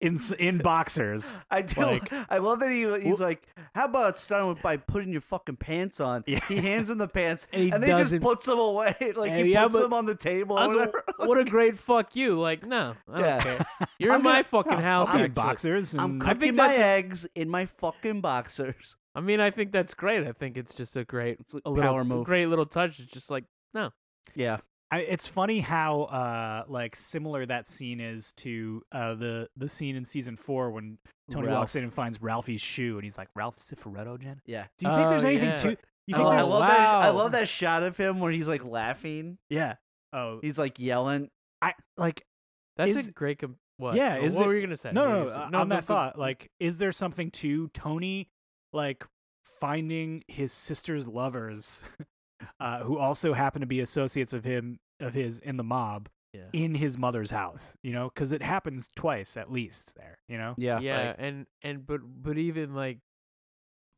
[SPEAKER 1] in s- in boxers.
[SPEAKER 3] I do.
[SPEAKER 1] Like-
[SPEAKER 3] I love that he, he's like, "How about starting with by putting your fucking pants on?"
[SPEAKER 1] Yeah.
[SPEAKER 3] He hands him the pants,
[SPEAKER 2] And he
[SPEAKER 3] and, then he just
[SPEAKER 2] doesn't-
[SPEAKER 3] puts them away. Like
[SPEAKER 2] Hey,
[SPEAKER 3] he
[SPEAKER 2] yeah,
[SPEAKER 3] puts
[SPEAKER 2] but-
[SPEAKER 3] them on the table. or
[SPEAKER 2] Also,
[SPEAKER 3] whatever.
[SPEAKER 2] what a great fuck you! Like, no, I don't
[SPEAKER 3] Yeah.
[SPEAKER 2] care. You're
[SPEAKER 3] I'm
[SPEAKER 2] in my
[SPEAKER 3] gonna-
[SPEAKER 2] fucking house.
[SPEAKER 1] I'll be in
[SPEAKER 2] actually.
[SPEAKER 1] boxers.
[SPEAKER 3] I'm
[SPEAKER 1] And
[SPEAKER 2] I think
[SPEAKER 3] cooking my
[SPEAKER 2] that's a-
[SPEAKER 3] eggs in my fucking boxers.
[SPEAKER 2] I mean, I think that's great. I think it's just a great,
[SPEAKER 3] It's like
[SPEAKER 2] a little
[SPEAKER 3] power move.
[SPEAKER 2] great little touch. It's just like no,
[SPEAKER 3] Yeah,
[SPEAKER 1] I, it's funny how uh, like similar that scene is to uh, the the scene in season four when Tony walks in
[SPEAKER 3] Ralph.
[SPEAKER 1] and finds Ralphie's shoe, and he's like, "Ralph Cifaretto, Jen."
[SPEAKER 3] yeah.
[SPEAKER 1] Do you think
[SPEAKER 2] Oh,
[SPEAKER 1] there's anything
[SPEAKER 2] yeah.
[SPEAKER 1] to? You think
[SPEAKER 3] I, lo- Oh, I
[SPEAKER 1] there's
[SPEAKER 3] love that. I
[SPEAKER 2] Wow.
[SPEAKER 3] love that shot of him where he's like laughing.
[SPEAKER 1] Yeah. Oh,
[SPEAKER 3] He's like yelling.
[SPEAKER 1] I like
[SPEAKER 2] that's
[SPEAKER 1] Is-
[SPEAKER 2] a great. Com- what?
[SPEAKER 1] Yeah,
[SPEAKER 2] Oh,
[SPEAKER 1] is
[SPEAKER 2] what
[SPEAKER 1] it-
[SPEAKER 2] were you gonna say?
[SPEAKER 1] no,
[SPEAKER 2] What were
[SPEAKER 1] no,
[SPEAKER 2] you
[SPEAKER 1] no.
[SPEAKER 2] gonna say?
[SPEAKER 1] uh, On
[SPEAKER 2] no,
[SPEAKER 1] that thought, like, is there something to Tony, like, finding his sister's lovers, uh, who also happen to be associates of him of his in the mob
[SPEAKER 2] Yeah.
[SPEAKER 1] in his mother's house? You know, because it happens twice at least there. You know.
[SPEAKER 3] Yeah,
[SPEAKER 2] yeah,
[SPEAKER 3] like-
[SPEAKER 2] and and but but even like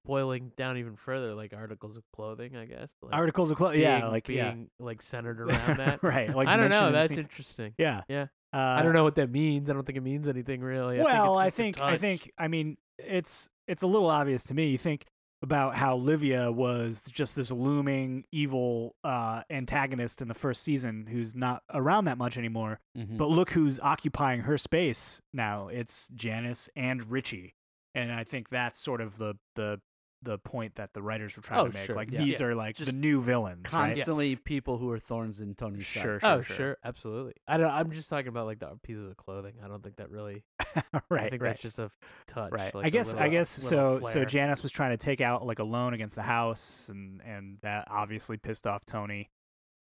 [SPEAKER 2] boiling down even further, like articles of clothing, I guess. Like
[SPEAKER 1] Articles of clothes.
[SPEAKER 2] being,
[SPEAKER 1] Yeah, like yeah.
[SPEAKER 2] being like centered around that.
[SPEAKER 1] right. Like
[SPEAKER 2] I don't
[SPEAKER 1] mentioned
[SPEAKER 2] know.
[SPEAKER 1] in the
[SPEAKER 2] That's
[SPEAKER 1] scene.
[SPEAKER 2] interesting.
[SPEAKER 1] yeah.
[SPEAKER 2] yeah.
[SPEAKER 1] Uh,
[SPEAKER 2] I don't know what that means. I don't think it means anything really. I
[SPEAKER 1] well,
[SPEAKER 2] think
[SPEAKER 1] I
[SPEAKER 2] it's just a
[SPEAKER 1] think I
[SPEAKER 2] touch.
[SPEAKER 1] think I mean it's it's a little obvious to me. You think about how Livia was just this looming evil uh, antagonist in the first season, who's not around that much anymore.
[SPEAKER 2] Hmm.
[SPEAKER 3] Mhm.
[SPEAKER 1] But look who's occupying her space now. It's Janice and Richie, and I think that's sort of the the the point that the writers were trying
[SPEAKER 2] Oh,
[SPEAKER 1] to make.
[SPEAKER 2] sure,
[SPEAKER 1] Like
[SPEAKER 3] yeah.
[SPEAKER 1] these
[SPEAKER 3] Yeah,
[SPEAKER 1] are like the
[SPEAKER 3] just
[SPEAKER 1] new villains, right?
[SPEAKER 3] constantly people who are thorns in Tony's side.
[SPEAKER 1] Sure, sure,
[SPEAKER 2] Oh
[SPEAKER 1] sure.
[SPEAKER 2] sure. absolutely. I don't. I'm just talking about like the pieces of clothing. I don't think that really.
[SPEAKER 1] right,
[SPEAKER 2] I think
[SPEAKER 1] right.
[SPEAKER 2] that's just a f- touch.
[SPEAKER 1] right
[SPEAKER 2] like
[SPEAKER 1] i
[SPEAKER 2] a
[SPEAKER 1] guess i
[SPEAKER 2] little-
[SPEAKER 1] guess
[SPEAKER 2] little
[SPEAKER 1] so so
[SPEAKER 2] flare.
[SPEAKER 1] janice was trying to take out like a loan against the house and and that obviously pissed off tony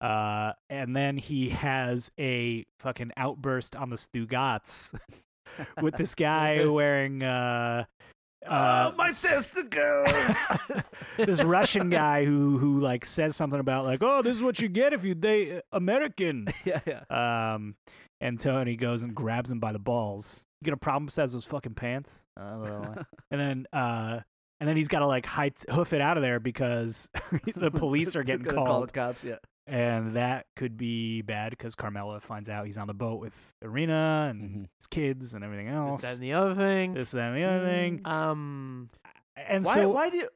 [SPEAKER 1] uh and then he has a fucking outburst on the stugats with this guy wearing uh uh,
[SPEAKER 3] oh, my
[SPEAKER 1] s-
[SPEAKER 3] testicles!
[SPEAKER 1] this Russian guy who who like says something about like oh this is what you get if you date uh, American
[SPEAKER 3] yeah, yeah.
[SPEAKER 1] um and Tony goes and grabs him by the balls you get a problem besides those fucking pants Uh, I don't know and then uh and then he's got to like high hoof it out of there because the police are getting
[SPEAKER 3] Gonna call
[SPEAKER 1] called
[SPEAKER 3] the cops. Yeah,
[SPEAKER 1] and that could be bad because Carmela finds out he's on the boat with Arena and
[SPEAKER 3] Mhm.
[SPEAKER 1] his kids and everything
[SPEAKER 2] This,
[SPEAKER 1] else.
[SPEAKER 2] that, and the other thing.
[SPEAKER 1] This, that, and the other thing.
[SPEAKER 2] Um,
[SPEAKER 1] And
[SPEAKER 3] why,
[SPEAKER 1] so
[SPEAKER 3] why do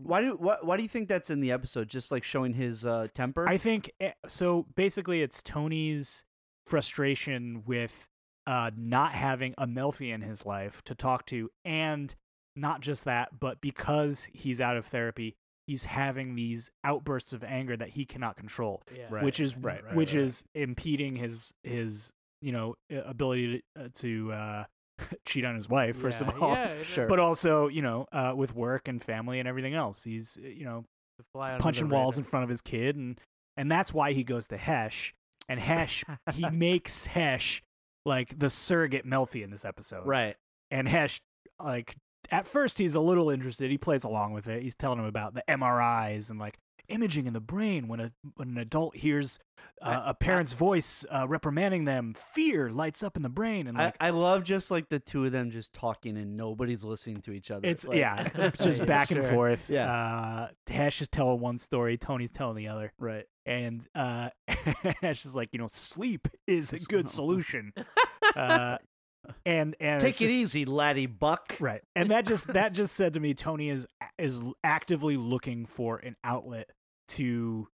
[SPEAKER 3] why do why, why do you think that's in the episode? Just like showing his uh, temper.
[SPEAKER 1] I think eh, so. Basically, it's Tony's frustration with uh, not having Amelfi in his life to talk to, and not just that, but because he's out of therapy, he's having these outbursts of anger that he cannot control,
[SPEAKER 2] Right.
[SPEAKER 1] which is
[SPEAKER 2] right, right,
[SPEAKER 1] which
[SPEAKER 2] right.
[SPEAKER 1] is impeding his his you know i- ability to, uh, to uh, cheat on his wife first
[SPEAKER 2] Yeah,
[SPEAKER 1] of all.
[SPEAKER 2] yeah,
[SPEAKER 3] sure.
[SPEAKER 1] But also, you know, uh, with work and family and everything else, he's you know
[SPEAKER 2] the fly under the
[SPEAKER 1] punching walls in
[SPEAKER 2] radar.
[SPEAKER 1] front of his kid and and that's why he goes to Hesh and Hesh he makes Hesh like the surrogate Melfi in this episode.
[SPEAKER 3] right.
[SPEAKER 1] And Hesh like at first he's a little interested. He plays along with it. He's telling him about the MRIs and like imaging in the brain when a when an adult hears uh, a parent's voice uh, reprimanding them, fear lights up in the brain and like
[SPEAKER 3] I, I love just like the two of them just talking and nobody's listening to each other.
[SPEAKER 1] It's
[SPEAKER 3] Like,
[SPEAKER 1] yeah, it's just
[SPEAKER 2] Yeah,
[SPEAKER 1] back and
[SPEAKER 2] sure.
[SPEAKER 1] forth.
[SPEAKER 3] Yeah.
[SPEAKER 1] Uh, Hesh is telling one story, Tony's telling the other.
[SPEAKER 3] right.
[SPEAKER 1] and uh Ash is like, you know, sleep is a good solution. uh, and and
[SPEAKER 3] Take
[SPEAKER 1] it's
[SPEAKER 3] it
[SPEAKER 1] just-
[SPEAKER 3] easy, laddie buck.
[SPEAKER 1] right. And that just that just said to me, Tony is is actively looking for an outlet to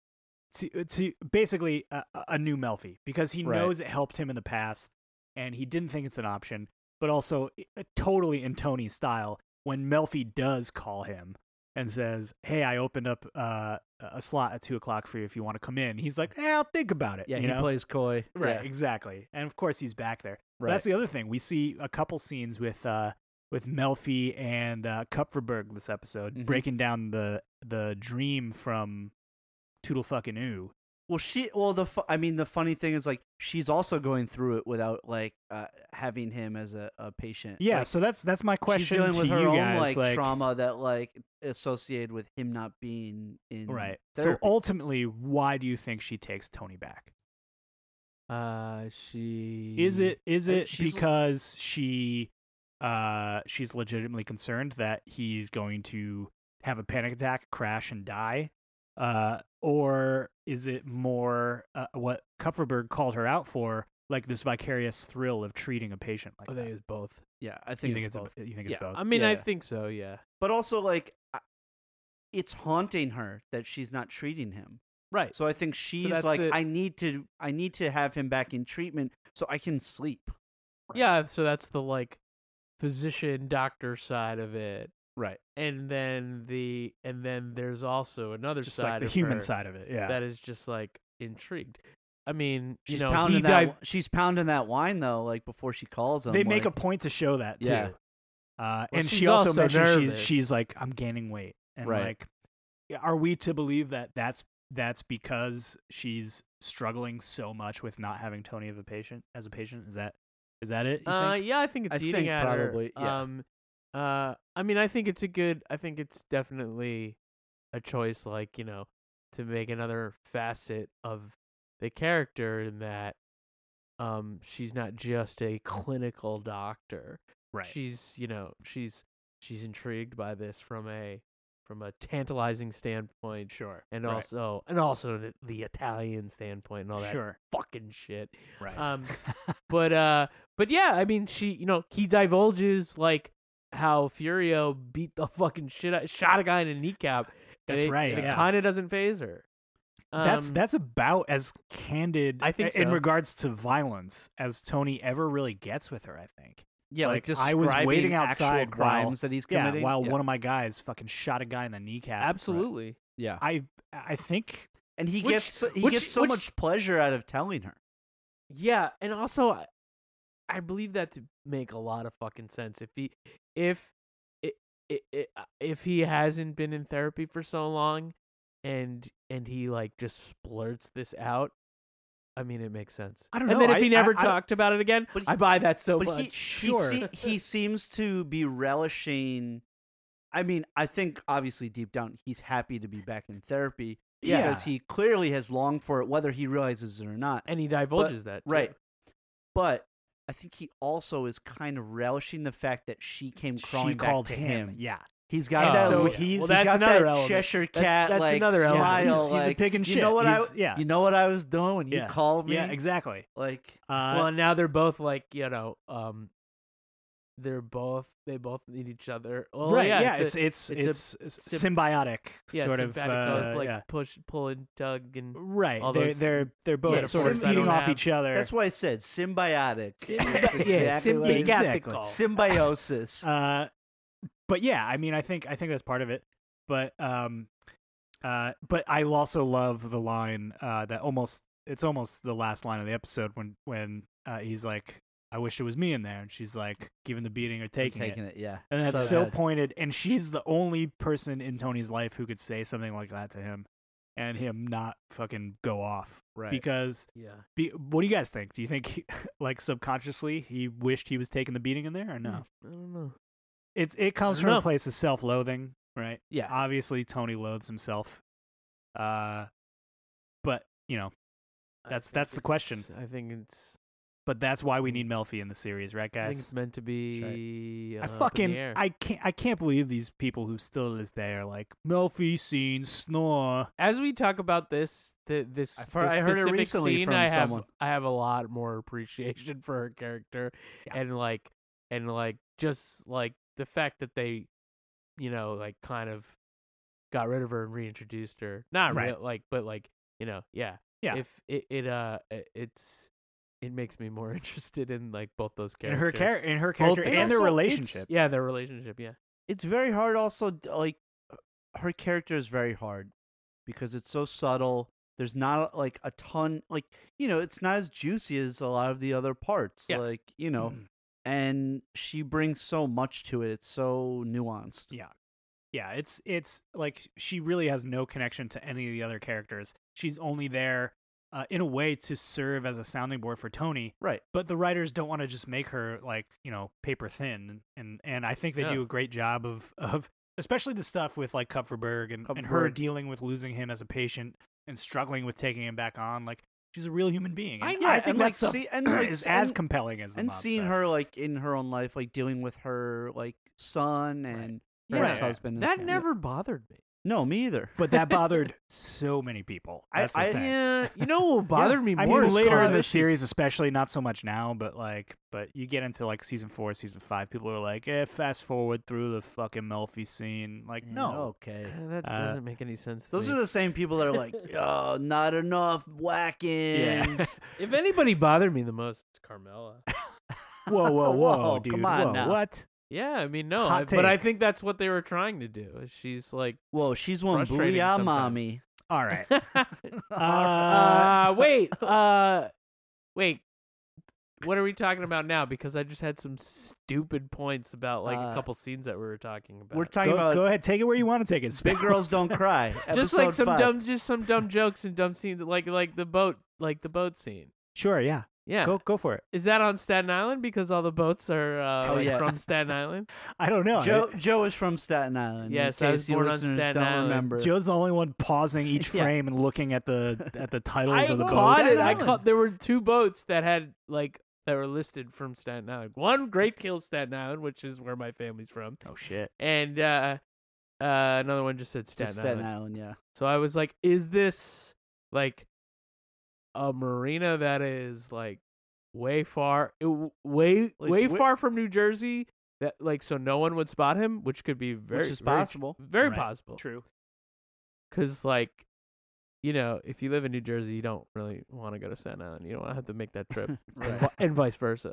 [SPEAKER 1] to uh, to basically a, a- a new Melfi because he
[SPEAKER 3] Right.
[SPEAKER 1] knows it helped him in the past, and he didn't think it's an option. But also, i- uh, totally in Tony's style, when Melfi does call him and says, "Hey, I opened up uh, a slot at two o'clock for you if you want to come in," he's like, "Eh, I'll think about it."
[SPEAKER 3] Yeah,
[SPEAKER 1] you
[SPEAKER 3] he
[SPEAKER 1] know?
[SPEAKER 3] plays coy.
[SPEAKER 1] right,
[SPEAKER 3] Yeah.
[SPEAKER 1] exactly. And of course, he's back there.
[SPEAKER 3] Right.
[SPEAKER 1] That's the other thing. We see a couple scenes with uh with Melfi and uh Kupferberg this episode
[SPEAKER 3] Mhm.
[SPEAKER 1] breaking down the the dream from Toodle fucking oo.
[SPEAKER 3] well, she. Well, the. Fu- I mean, the funny thing is like she's also going through it without like uh, having him as a, a patient.
[SPEAKER 1] Yeah,
[SPEAKER 3] Like,
[SPEAKER 1] so that's that's my question
[SPEAKER 3] she's dealing
[SPEAKER 1] to
[SPEAKER 3] with
[SPEAKER 1] you
[SPEAKER 3] her
[SPEAKER 1] guys.
[SPEAKER 3] own like,
[SPEAKER 1] like,
[SPEAKER 3] trauma that like associated with him not being in.
[SPEAKER 1] right. So
[SPEAKER 3] therapy.
[SPEAKER 1] ultimately, why do you think she takes Tony back?
[SPEAKER 2] Uh, she
[SPEAKER 1] Is it is
[SPEAKER 3] Uh,
[SPEAKER 1] it
[SPEAKER 3] she's-
[SPEAKER 1] because she uh she's legitimately concerned that he's going to have a panic attack, crash and die? Uh or is it more uh, what Kupferberg called her out for, like this vicarious thrill of treating a patient like
[SPEAKER 2] I
[SPEAKER 1] that?
[SPEAKER 2] think it's both.
[SPEAKER 3] yeah, I
[SPEAKER 1] you
[SPEAKER 3] think, it's, both.
[SPEAKER 1] you think it's
[SPEAKER 3] Yeah,
[SPEAKER 1] both.
[SPEAKER 2] I mean, I
[SPEAKER 3] yeah.
[SPEAKER 2] think so. Yeah.
[SPEAKER 3] but also like I- it's haunting her that she's not treating him.
[SPEAKER 2] Right.
[SPEAKER 3] So I think she's
[SPEAKER 2] that's
[SPEAKER 3] like,
[SPEAKER 2] the-
[SPEAKER 3] I need to, I need to have him back in treatment so I can sleep.
[SPEAKER 2] Yeah. So that's the like physician doctor side of it,
[SPEAKER 3] Right.
[SPEAKER 2] and then the and then there's also another
[SPEAKER 1] Just
[SPEAKER 2] side
[SPEAKER 1] like the
[SPEAKER 2] of
[SPEAKER 1] human
[SPEAKER 2] her
[SPEAKER 1] side of it. Yeah.
[SPEAKER 2] that is just like intrigued. I mean,
[SPEAKER 3] She's
[SPEAKER 2] you know, he
[SPEAKER 3] pounding that.
[SPEAKER 2] dive-
[SPEAKER 3] wi- she's pounding that wine though, like before she calls him.
[SPEAKER 1] they make a
[SPEAKER 3] like-
[SPEAKER 1] point to show that too.
[SPEAKER 3] Yeah.
[SPEAKER 1] Uh,
[SPEAKER 2] Well,
[SPEAKER 1] and she
[SPEAKER 2] she's
[SPEAKER 1] also,
[SPEAKER 2] also
[SPEAKER 1] mentions she's
[SPEAKER 2] nervous.
[SPEAKER 1] she's like, I'm gaining weight, and
[SPEAKER 3] Right.
[SPEAKER 1] like, yeah, are we to believe that that's that's because she's struggling so much with not having Tony of a patient as a patient? Is that is that it? you
[SPEAKER 2] Uh,
[SPEAKER 1] think?
[SPEAKER 2] yeah, I think it's
[SPEAKER 3] I
[SPEAKER 2] eating
[SPEAKER 3] think
[SPEAKER 2] at
[SPEAKER 3] probably,
[SPEAKER 2] her.
[SPEAKER 3] yeah.
[SPEAKER 2] Um, uh, I mean, I think it's a good. I think it's definitely a choice, like you know, to make another facet of the character in that, um, she's not just a clinical doctor.
[SPEAKER 1] right.
[SPEAKER 2] She's you know she's she's intrigued by this from a from a tantalizing standpoint,
[SPEAKER 1] sure.
[SPEAKER 2] and
[SPEAKER 1] right.
[SPEAKER 2] also and also the, the Italian standpoint and all that
[SPEAKER 1] sure.
[SPEAKER 2] fucking shit.
[SPEAKER 1] Right.
[SPEAKER 2] Um, but uh, but yeah, I mean, she, you know, he divulges like how Furio beat the fucking shit out, shot a guy in a kneecap. and
[SPEAKER 1] That's
[SPEAKER 2] it-
[SPEAKER 1] right,
[SPEAKER 2] It
[SPEAKER 1] yeah.
[SPEAKER 2] kind of doesn't phase her.
[SPEAKER 1] that's
[SPEAKER 2] Um,
[SPEAKER 1] that's about as candid
[SPEAKER 2] I think
[SPEAKER 1] in
[SPEAKER 2] so.
[SPEAKER 1] regards to violence as Tony ever really gets with her. I think.
[SPEAKER 3] yeah, like,
[SPEAKER 1] like, I was
[SPEAKER 3] describing
[SPEAKER 1] waiting
[SPEAKER 3] actual
[SPEAKER 1] outside while-
[SPEAKER 3] crimes that he's
[SPEAKER 1] Yeah.
[SPEAKER 3] committing.
[SPEAKER 1] While
[SPEAKER 3] yeah.
[SPEAKER 1] one of my guys fucking shot a guy in the kneecap.
[SPEAKER 2] absolutely.
[SPEAKER 3] yeah,
[SPEAKER 1] I I think
[SPEAKER 3] and he
[SPEAKER 2] Which-
[SPEAKER 3] gets so, he
[SPEAKER 2] which-
[SPEAKER 3] gets so
[SPEAKER 2] which-
[SPEAKER 3] much pleasure out of telling her.
[SPEAKER 2] Yeah, and also, I, I believe that to make a lot of fucking sense. If he, if, i i i- if he hasn't been in therapy for so long, and and he like just splurts this out, I mean, it makes sense.
[SPEAKER 1] I don't
[SPEAKER 2] and
[SPEAKER 1] know,
[SPEAKER 2] then if
[SPEAKER 1] I-
[SPEAKER 2] he never
[SPEAKER 1] I- I-
[SPEAKER 2] talked about it again,
[SPEAKER 3] But he-
[SPEAKER 2] I buy that so
[SPEAKER 3] but
[SPEAKER 2] much.
[SPEAKER 3] he,
[SPEAKER 1] sure.
[SPEAKER 3] he, se- he seems to be relishing. I mean, I think obviously deep down he's happy to be back in therapy
[SPEAKER 1] Yeah.
[SPEAKER 3] because he clearly has longed for it, whether he realizes it or not.
[SPEAKER 2] and he divulges that too.
[SPEAKER 3] right. But I think he also is kind of relishing the fact that she came
[SPEAKER 1] she
[SPEAKER 3] crawling back
[SPEAKER 1] called
[SPEAKER 3] to
[SPEAKER 1] him.
[SPEAKER 3] him.
[SPEAKER 1] Yeah.
[SPEAKER 3] He's got
[SPEAKER 1] And
[SPEAKER 3] that.
[SPEAKER 1] so
[SPEAKER 3] look-
[SPEAKER 1] he's-
[SPEAKER 2] well,
[SPEAKER 1] he's
[SPEAKER 2] that's
[SPEAKER 3] he's got
[SPEAKER 2] another
[SPEAKER 3] that
[SPEAKER 2] element.
[SPEAKER 3] Cheshire
[SPEAKER 2] That-
[SPEAKER 3] cat
[SPEAKER 2] that's
[SPEAKER 3] like
[SPEAKER 2] another element.
[SPEAKER 1] Yeah,
[SPEAKER 3] smile.
[SPEAKER 1] he's- he's a
[SPEAKER 3] like,
[SPEAKER 1] pig in
[SPEAKER 3] you
[SPEAKER 1] shit.
[SPEAKER 3] Know what
[SPEAKER 1] He's-
[SPEAKER 3] I,
[SPEAKER 1] yeah.
[SPEAKER 3] You know what I was doing when you
[SPEAKER 1] Yeah.
[SPEAKER 3] called me?
[SPEAKER 1] yeah, exactly.
[SPEAKER 3] Like
[SPEAKER 1] Uh,
[SPEAKER 2] well, now they're both like you know, um, they're both they both need each other. Well,
[SPEAKER 1] right.
[SPEAKER 2] yeah,
[SPEAKER 1] Yeah.
[SPEAKER 2] it's
[SPEAKER 1] It's
[SPEAKER 2] a-
[SPEAKER 1] it's
[SPEAKER 2] it's
[SPEAKER 1] it's,
[SPEAKER 2] symb-
[SPEAKER 1] symbiotic
[SPEAKER 2] yeah,
[SPEAKER 1] sort of.
[SPEAKER 2] sympathicos,
[SPEAKER 1] uh,
[SPEAKER 2] like
[SPEAKER 1] yeah.
[SPEAKER 2] push, pull, and tug, and
[SPEAKER 1] Right.
[SPEAKER 2] all
[SPEAKER 1] they're
[SPEAKER 2] those
[SPEAKER 1] they're they're both
[SPEAKER 2] metaphors
[SPEAKER 1] sort of
[SPEAKER 3] I
[SPEAKER 1] feeding
[SPEAKER 3] don't
[SPEAKER 1] off
[SPEAKER 2] have.
[SPEAKER 1] each other.
[SPEAKER 3] that's why I said symbiotic. That's
[SPEAKER 2] Symbi- yeah,
[SPEAKER 3] exactly what it is.
[SPEAKER 1] Exactly.
[SPEAKER 2] symbiotical.
[SPEAKER 3] Symbiosis.
[SPEAKER 1] Uh, but yeah, I mean, I think I think that's part of it. But um, uh, but I also love the line uh, that almost it's almost the last line of the episode when when uh, he's like, "I wish it was me in there," and she's like, "Giving the beating or taking, it.
[SPEAKER 3] yeah.
[SPEAKER 1] and that's so,
[SPEAKER 3] good.
[SPEAKER 1] pointed. And she's the only person in Tony's life who could say something like that to him, and him not fucking go off
[SPEAKER 3] right.
[SPEAKER 1] because
[SPEAKER 2] yeah.
[SPEAKER 1] be, what do you guys think? Do you think he, like subconsciously he wished he was taking the beating in there or no?
[SPEAKER 2] Hmm, I don't know.
[SPEAKER 1] It's it comes
[SPEAKER 2] don't
[SPEAKER 1] from
[SPEAKER 2] know.
[SPEAKER 1] a place of self-loathing, right?
[SPEAKER 3] yeah.
[SPEAKER 1] Obviously Tony loathes himself. Uh but, you know,
[SPEAKER 2] I
[SPEAKER 1] That's-
[SPEAKER 2] think
[SPEAKER 1] that's the question.
[SPEAKER 2] it's- I think it's
[SPEAKER 1] but that's why we need Melfi in the series, right
[SPEAKER 2] Hmm. I think it's
[SPEAKER 1] guys?
[SPEAKER 2] meant to be.
[SPEAKER 1] I
[SPEAKER 2] uh, up in the
[SPEAKER 1] fucking
[SPEAKER 2] air.
[SPEAKER 1] I can't I can't believe these people who still to this day are like Melfi scene snore.
[SPEAKER 2] as we talk about this, th- this,
[SPEAKER 3] I've heard-
[SPEAKER 2] this
[SPEAKER 3] I heard it
[SPEAKER 2] specific
[SPEAKER 3] recently
[SPEAKER 2] scene,
[SPEAKER 3] from
[SPEAKER 2] I have,
[SPEAKER 3] someone.
[SPEAKER 2] I have a lot more appreciation for her character,
[SPEAKER 1] Yeah.
[SPEAKER 2] and like, and like, just like the fact that they, you know, like, kind of got rid of her and reintroduced her. Not
[SPEAKER 1] Right.
[SPEAKER 2] real, like, but like, you know, yeah,
[SPEAKER 1] Yeah.
[SPEAKER 2] If it, it, uh, i- it's, it makes me more interested in like both those
[SPEAKER 1] In
[SPEAKER 2] characters.
[SPEAKER 1] her char- in her character
[SPEAKER 2] And
[SPEAKER 1] and, their
[SPEAKER 3] also, it's-
[SPEAKER 1] relationshp.
[SPEAKER 2] yeah, their relationship. Yeah,
[SPEAKER 3] It's very hard. Also, d- like her character is very hard because it's so subtle. There's not like a ton. Like you know, it's not as juicy as a lot of the other parts.
[SPEAKER 2] Yeah.
[SPEAKER 3] Like you know,
[SPEAKER 1] Mm-hmm.
[SPEAKER 3] and she brings so much to it. It's so nuanced.
[SPEAKER 1] Yeah. Yeah, it's it's like she really has no connection to any of the other characters. She's only there uh, in a way to serve as a sounding board for Tony,
[SPEAKER 3] Right.
[SPEAKER 1] but the writers don't want to just make her like, you know, paper thin and and I think they
[SPEAKER 2] Yeah.
[SPEAKER 1] do a great job of of especially the stuff with like Kupferberg and, and her
[SPEAKER 3] Kupferberg.
[SPEAKER 1] dealing with losing him as a patient and struggling with taking him back on like she's a real human being. And
[SPEAKER 2] I-
[SPEAKER 1] I,
[SPEAKER 2] Yeah,
[SPEAKER 1] think
[SPEAKER 3] and,
[SPEAKER 1] that
[SPEAKER 3] like,
[SPEAKER 1] stuff
[SPEAKER 3] see- and, like,
[SPEAKER 1] is as
[SPEAKER 3] and-
[SPEAKER 1] compelling as the
[SPEAKER 3] and
[SPEAKER 1] mob
[SPEAKER 3] seeing
[SPEAKER 1] stuff.
[SPEAKER 3] her like in her own life, like dealing with her like son and
[SPEAKER 2] Yeah.
[SPEAKER 3] her ex husband.
[SPEAKER 2] that never bothered me.
[SPEAKER 3] No, me either.
[SPEAKER 1] but that bothered so many people.
[SPEAKER 3] I-
[SPEAKER 1] That's the
[SPEAKER 3] I-
[SPEAKER 1] thing.
[SPEAKER 2] Yeah, you know what bothered me
[SPEAKER 1] I
[SPEAKER 2] more
[SPEAKER 1] mean,
[SPEAKER 2] is
[SPEAKER 1] later in
[SPEAKER 2] Carl-
[SPEAKER 1] the
[SPEAKER 3] issues.
[SPEAKER 1] series, especially not so much now, but like, but you get into like season four, season five, people are like, eh, fast forward through the fucking Melfi scene. Like, no,
[SPEAKER 3] Okay.
[SPEAKER 2] Uh, That
[SPEAKER 1] Uh,
[SPEAKER 2] doesn't make any sense. To
[SPEAKER 3] Those
[SPEAKER 2] me.
[SPEAKER 3] are the same people that are like, oh, not enough whackings.
[SPEAKER 2] If anybody bothered me the most, it's Carmela.
[SPEAKER 1] whoa, whoa, whoa,
[SPEAKER 3] Whoa,
[SPEAKER 1] dude,
[SPEAKER 3] come on
[SPEAKER 1] whoa,
[SPEAKER 3] now.
[SPEAKER 1] what?
[SPEAKER 2] Yeah, I mean, no,
[SPEAKER 1] Hot
[SPEAKER 2] I- but I
[SPEAKER 1] take.
[SPEAKER 2] think that's what they were trying to do. is She's like,
[SPEAKER 3] Whoa, she's one
[SPEAKER 2] Frustrating
[SPEAKER 3] booyah
[SPEAKER 2] sometimes.
[SPEAKER 3] mommy.
[SPEAKER 1] All right,
[SPEAKER 3] Uh,
[SPEAKER 2] uh, wait, uh, wait, what are we talking about now? Because I just had some stupid points about like a
[SPEAKER 3] Uh,
[SPEAKER 2] couple scenes that we were talking about.
[SPEAKER 3] We're talking
[SPEAKER 1] go,
[SPEAKER 3] about
[SPEAKER 1] go ahead, take it where you want to take it.
[SPEAKER 3] big
[SPEAKER 1] Spence.
[SPEAKER 3] girls don't cry.
[SPEAKER 2] just like
[SPEAKER 3] episode
[SPEAKER 2] some
[SPEAKER 3] five.
[SPEAKER 2] dumb, just some dumb jokes and dumb scenes, like like the boat, like the boat scene.
[SPEAKER 1] sure, yeah,
[SPEAKER 2] Yeah,
[SPEAKER 1] go go for it.
[SPEAKER 2] is that on Staten Island? Because all the boats are uh,
[SPEAKER 3] Oh,
[SPEAKER 2] like,
[SPEAKER 3] yeah.
[SPEAKER 2] from Staten Island.
[SPEAKER 1] I don't know. I-
[SPEAKER 3] Joe Joe is from Staten Island.
[SPEAKER 2] Yes,
[SPEAKER 3] in
[SPEAKER 2] I
[SPEAKER 3] case
[SPEAKER 2] was
[SPEAKER 3] you
[SPEAKER 2] born on
[SPEAKER 3] listeners
[SPEAKER 2] Staten
[SPEAKER 3] don't
[SPEAKER 2] Island.
[SPEAKER 3] remember.
[SPEAKER 1] Joe's the only one pausing each
[SPEAKER 3] Yeah.
[SPEAKER 1] frame and looking at the at the
[SPEAKER 2] I
[SPEAKER 1] titles of the
[SPEAKER 2] caught
[SPEAKER 1] boats.
[SPEAKER 2] it.
[SPEAKER 3] Staten
[SPEAKER 2] I
[SPEAKER 3] Island.
[SPEAKER 2] caught. There were two boats that had like that were listed from Staten Island. One Great Kill Staten Island, which is where my family's from,
[SPEAKER 1] Oh shit!
[SPEAKER 2] and uh, uh, another one just said Staten
[SPEAKER 3] Just
[SPEAKER 2] Island.
[SPEAKER 3] Staten Island, yeah.
[SPEAKER 2] So I was like, "Is this like a marina that is like way far, it, w- way
[SPEAKER 3] Like,
[SPEAKER 2] way
[SPEAKER 3] wh-
[SPEAKER 2] far from New Jersey that like so no one would spot him, which could be very
[SPEAKER 3] Which is
[SPEAKER 2] very-
[SPEAKER 3] possible.
[SPEAKER 2] very,
[SPEAKER 1] Right.
[SPEAKER 2] possible,
[SPEAKER 1] True.
[SPEAKER 2] because like." You know, if you live in New Jersey, you don't really want to go to Staten Island. You don't want to have to make that trip and, vi- and vice versa.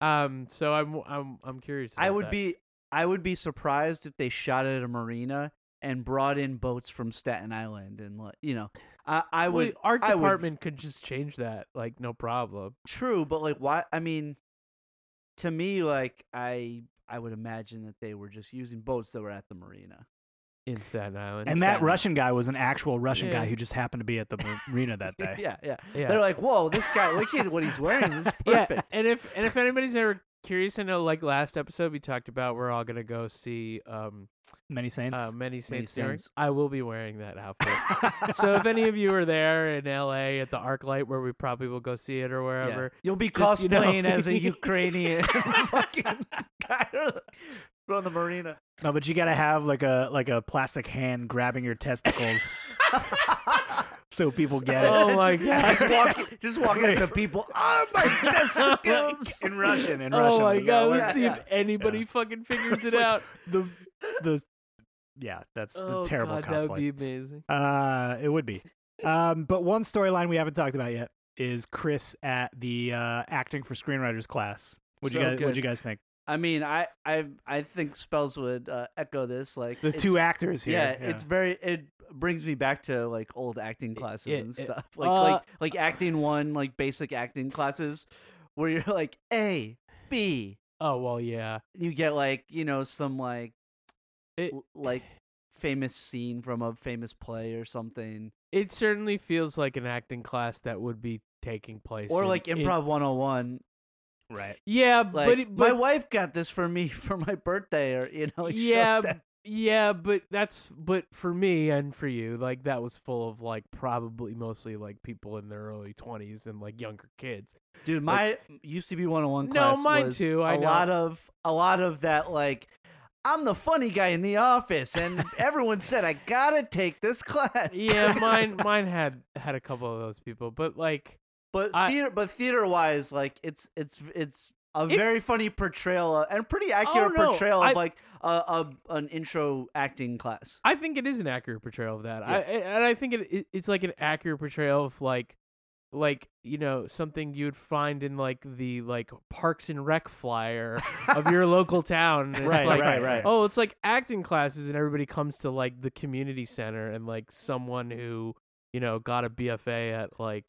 [SPEAKER 2] Um, so I'm I'm I'm curious.
[SPEAKER 3] I
[SPEAKER 2] about
[SPEAKER 3] would
[SPEAKER 2] that.
[SPEAKER 3] be I would be surprised if they shot it at a marina and brought in boats from Staten Island and let- you know I I
[SPEAKER 2] Well,
[SPEAKER 3] would
[SPEAKER 2] art
[SPEAKER 3] I would-
[SPEAKER 2] department could just change that, like no problem.
[SPEAKER 3] true but like why I mean to me like I I would imagine that they were just using boats that were at the marina.
[SPEAKER 2] In Staten Island,
[SPEAKER 1] And
[SPEAKER 3] Staten
[SPEAKER 1] that
[SPEAKER 3] Island.
[SPEAKER 1] Russian guy was an actual Russian
[SPEAKER 2] Yeah.
[SPEAKER 1] guy who just happened to be at the marina that day.
[SPEAKER 3] yeah, yeah,
[SPEAKER 2] Yeah.
[SPEAKER 3] They're like, "Whoa, this guy! Look at what he's wearing. This is
[SPEAKER 2] Yeah,
[SPEAKER 3] perfect."
[SPEAKER 2] and if and if anybody's ever curious, I know like last episode we talked about we're all gonna go see um
[SPEAKER 1] Many saints.
[SPEAKER 2] uh, many Saints. Mary.
[SPEAKER 3] Saints.
[SPEAKER 2] I will be wearing that outfit. so if any of you are there in L.A. at the ArcLight where we probably will go see it or
[SPEAKER 3] Yeah.
[SPEAKER 2] wherever,
[SPEAKER 3] You'll be
[SPEAKER 2] Just, you know-
[SPEAKER 3] cosplaying as a Ukrainian fucking guy. Put on the marina.
[SPEAKER 1] No, but you gotta have like a like a plastic hand grabbing your testicles so people get it.
[SPEAKER 2] Oh my
[SPEAKER 3] just
[SPEAKER 2] god.
[SPEAKER 3] walking, just walking up to people. Oh my testicles!
[SPEAKER 1] in Russian, in
[SPEAKER 2] Oh
[SPEAKER 1] Russian.
[SPEAKER 2] my
[SPEAKER 1] you
[SPEAKER 2] god,
[SPEAKER 1] gotta
[SPEAKER 2] let's
[SPEAKER 1] learn-
[SPEAKER 2] see if
[SPEAKER 3] Yeah.
[SPEAKER 2] anybody
[SPEAKER 1] Yeah.
[SPEAKER 2] fucking figures
[SPEAKER 1] It's
[SPEAKER 2] it
[SPEAKER 1] like
[SPEAKER 2] out.
[SPEAKER 1] the the yeah, that's the
[SPEAKER 2] Oh
[SPEAKER 1] terrible
[SPEAKER 2] god,
[SPEAKER 1] cosplay.
[SPEAKER 2] That would be amazing.
[SPEAKER 1] Uh, it would be. Um, but one storyline we haven't talked about yet is Chris at the uh, acting for screenwriters class. What you
[SPEAKER 3] So
[SPEAKER 1] guys? What
[SPEAKER 3] good.
[SPEAKER 1] you guys think?
[SPEAKER 3] I mean, I, I, I think spells would uh, echo this. Like
[SPEAKER 1] The two
[SPEAKER 3] it's-
[SPEAKER 1] actors here.
[SPEAKER 3] Yeah, it's very. It brings me back to like old acting classes
[SPEAKER 2] it-
[SPEAKER 3] and
[SPEAKER 2] it-
[SPEAKER 3] stuff. like
[SPEAKER 2] uh,
[SPEAKER 3] like like acting one, like basic acting classes, where you're like A, B.
[SPEAKER 2] Oh well, yeah.
[SPEAKER 3] You get like you know some like
[SPEAKER 2] It-
[SPEAKER 3] l- like famous scene from a famous play or something,
[SPEAKER 2] It certainly feels like an acting class that would be taking place,
[SPEAKER 3] or
[SPEAKER 2] in-
[SPEAKER 3] like
[SPEAKER 2] in-
[SPEAKER 3] improv one hundred and one.
[SPEAKER 1] right.
[SPEAKER 2] yeah,
[SPEAKER 3] Like
[SPEAKER 2] but, it, but
[SPEAKER 3] my wife got this for me for my birthday, or you know. Like, shit like
[SPEAKER 2] yeah,
[SPEAKER 3] that.
[SPEAKER 2] b- yeah, but that's but for me and for you, like that was full of like probably mostly like people in their early twenties and like younger kids.
[SPEAKER 3] dude. My
[SPEAKER 2] like-
[SPEAKER 3] used to be one hundred and one
[SPEAKER 2] No,
[SPEAKER 3] class.
[SPEAKER 2] mine
[SPEAKER 3] was
[SPEAKER 2] too, I
[SPEAKER 3] a
[SPEAKER 2] know.
[SPEAKER 3] lot of a lot of that like. I'm the funny guy in the office, and everyone said I gotta take this class.
[SPEAKER 2] Yeah, mine mine had had a couple of those people, but like
[SPEAKER 3] but
[SPEAKER 2] I-
[SPEAKER 3] theater, but theater wise, like it's it's it's a
[SPEAKER 2] It- Oh,
[SPEAKER 3] very funny portrayal of- and pretty accurate
[SPEAKER 2] no,
[SPEAKER 3] portrayal of
[SPEAKER 2] I-
[SPEAKER 3] like a, a an intro acting class.
[SPEAKER 2] I think it is an accurate portrayal of that. I I and I think it, it it's like an accurate portrayal of like like you know something you'd find in like the like Parks and Rec flyer of your local town. and it's
[SPEAKER 1] Right,
[SPEAKER 2] like,
[SPEAKER 1] right, right.
[SPEAKER 2] Oh, it's like acting classes, and everybody comes to like the community center, and like someone who you know got a BFA at like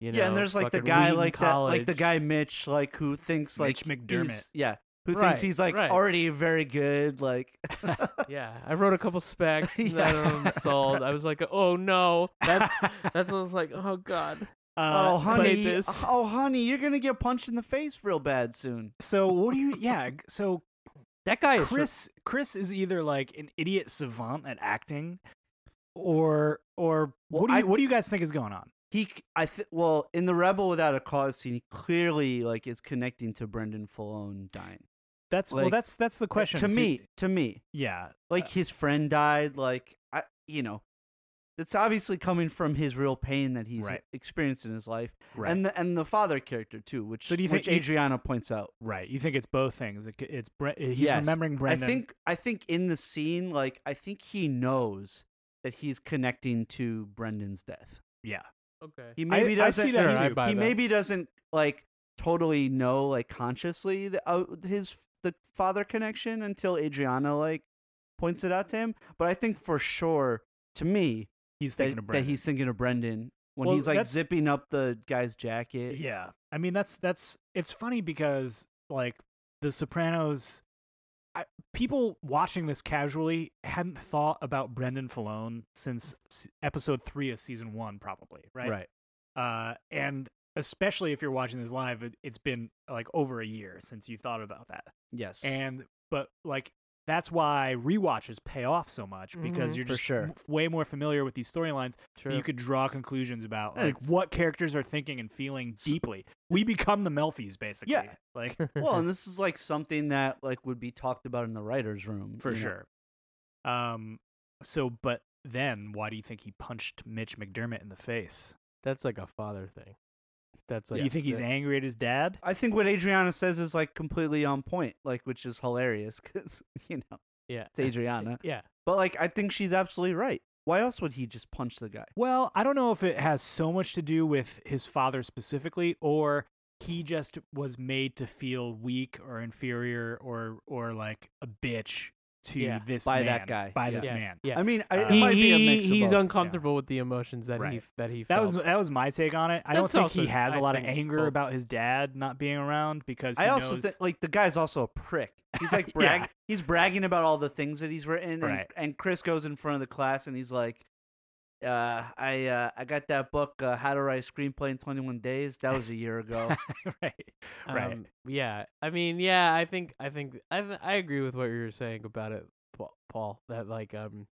[SPEAKER 2] you know
[SPEAKER 3] yeah, and there's like the
[SPEAKER 2] fucking
[SPEAKER 3] guy
[SPEAKER 2] Wheaton
[SPEAKER 3] like
[SPEAKER 2] college.
[SPEAKER 3] that, like the guy Mitch, like who thinks like
[SPEAKER 1] Mitch McDermott.
[SPEAKER 3] he's- yeah, who
[SPEAKER 2] Right,
[SPEAKER 3] thinks he's like
[SPEAKER 2] right.
[SPEAKER 3] already very good. Like
[SPEAKER 2] Yeah, I wrote a couple specs. and
[SPEAKER 3] Yeah.
[SPEAKER 2] None of them sold. I was like, oh no, that's that's what I was like, oh god.
[SPEAKER 1] Uh,
[SPEAKER 3] oh honey,
[SPEAKER 1] but-
[SPEAKER 2] this.
[SPEAKER 3] oh honey, you're gonna get punched in the face real bad soon.
[SPEAKER 1] so what do you? Yeah. So
[SPEAKER 2] That guy is
[SPEAKER 1] Chris Chris is either like an idiot savant at acting, or or
[SPEAKER 3] Well,
[SPEAKER 1] what do
[SPEAKER 3] I
[SPEAKER 1] you what do you guys think is going on?
[SPEAKER 3] He, c- I th- well, in the Rebel Without a Cause scene, he clearly like is connecting to Brendan Falone dying.
[SPEAKER 1] That's well,
[SPEAKER 3] Like, uh,
[SPEAKER 1] that's that's the question Uh.
[SPEAKER 3] to
[SPEAKER 1] So-
[SPEAKER 3] me, to me,
[SPEAKER 1] Yeah,
[SPEAKER 3] like his friend died. Like I, you know, it's obviously coming from his real pain that he's
[SPEAKER 1] Right.
[SPEAKER 3] experienced in his life,
[SPEAKER 1] right,
[SPEAKER 3] and the and the father character too, which
[SPEAKER 1] So do you think
[SPEAKER 3] which
[SPEAKER 1] you-
[SPEAKER 3] Adriana points out.
[SPEAKER 1] right. You think it's both things? It, c- it's Bre- he's
[SPEAKER 3] Yes.
[SPEAKER 1] remembering Brendan.
[SPEAKER 3] I think I think in the scene, like I think he knows that he's connecting to Brendan's death.
[SPEAKER 1] yeah.
[SPEAKER 2] okay.
[SPEAKER 3] He maybe
[SPEAKER 1] I, I
[SPEAKER 3] doesn't.
[SPEAKER 1] see that
[SPEAKER 2] Sure,
[SPEAKER 1] too.
[SPEAKER 2] I buy
[SPEAKER 3] he
[SPEAKER 2] that.
[SPEAKER 3] maybe doesn't like totally know like consciously the, uh, his the father connection until Adriana like points it out to him. But I think for sure, to me,
[SPEAKER 1] he's
[SPEAKER 3] that,
[SPEAKER 1] thinking of
[SPEAKER 3] that
[SPEAKER 1] Brendan.
[SPEAKER 3] he's thinking of Brendan when
[SPEAKER 1] Well,
[SPEAKER 3] he's like
[SPEAKER 1] that's-
[SPEAKER 3] zipping up the guy's jacket.
[SPEAKER 1] Yeah. I mean that's that's it's funny because like the Sopranos I, people watching this casually hadn't thought about Brendan Falone since s- episode 3 of season 1 probably, right? Uh and especially if you're watching this live it, it's been like over a year since you thought about that.
[SPEAKER 3] Yes.
[SPEAKER 1] And but like that's why rewatches pay off so much because
[SPEAKER 2] Mhm.
[SPEAKER 1] you're
[SPEAKER 3] Mm-hmm. For
[SPEAKER 1] just
[SPEAKER 3] sure.
[SPEAKER 1] m- way more familiar with these storylines
[SPEAKER 2] True.
[SPEAKER 1] you could draw conclusions about
[SPEAKER 3] Yeah,
[SPEAKER 1] like
[SPEAKER 3] it's-
[SPEAKER 1] what characters are thinking and feeling deeply. We become the Melfies basically.
[SPEAKER 3] Yeah.
[SPEAKER 1] Like
[SPEAKER 3] well, and this is like something that like would be talked about in the writers' room
[SPEAKER 1] for
[SPEAKER 3] you know?
[SPEAKER 1] sure. Um so but then why do you think he punched Mitch McDermott in the face?
[SPEAKER 2] that's like a father thing. That's like
[SPEAKER 1] you think he's angry at his dad?
[SPEAKER 3] I think what Adriana says is like completely on point, like which is hilarious because you know
[SPEAKER 2] yeah.
[SPEAKER 3] it's Adriana.
[SPEAKER 2] Yeah.
[SPEAKER 3] But like, I think she's absolutely right. Why else would he just punch the guy?
[SPEAKER 1] Well, I don't know if it has so much to do with his father specifically or he just was made to feel weak or inferior or or like a bitch to
[SPEAKER 2] Yeah,
[SPEAKER 1] this
[SPEAKER 3] by
[SPEAKER 1] man,
[SPEAKER 3] that guy.
[SPEAKER 1] by
[SPEAKER 3] Yeah.
[SPEAKER 1] this
[SPEAKER 2] yeah.
[SPEAKER 1] man.
[SPEAKER 2] Yeah.
[SPEAKER 3] I mean, I, it
[SPEAKER 1] He-
[SPEAKER 3] might be a
[SPEAKER 2] he,
[SPEAKER 3] mix of
[SPEAKER 2] he's
[SPEAKER 3] both.
[SPEAKER 2] uncomfortable with the emotions that he
[SPEAKER 1] Right.
[SPEAKER 2] that he
[SPEAKER 1] That
[SPEAKER 2] felt.
[SPEAKER 1] was that was my take on it. I
[SPEAKER 2] That's
[SPEAKER 1] don't think he
[SPEAKER 2] also-
[SPEAKER 1] has a
[SPEAKER 2] I
[SPEAKER 1] lot of
[SPEAKER 2] think
[SPEAKER 1] anger
[SPEAKER 2] both.
[SPEAKER 1] about his dad not being around because he
[SPEAKER 3] I also
[SPEAKER 1] knows
[SPEAKER 3] think like the guy's also a prick. He's like brag.
[SPEAKER 1] Yeah.
[SPEAKER 3] He's bragging about all the things that he's written, and,
[SPEAKER 1] Right.
[SPEAKER 3] and Chris goes in front of the class and he's like, uh, "I uh, I got that book, uh, How to Write a Screenplay in 21 Days. That was a year ago."
[SPEAKER 1] right, right.
[SPEAKER 2] Um, yeah. I mean, yeah. I think I think I th- I agree with what you were saying about it, Pa- Paul. That like um,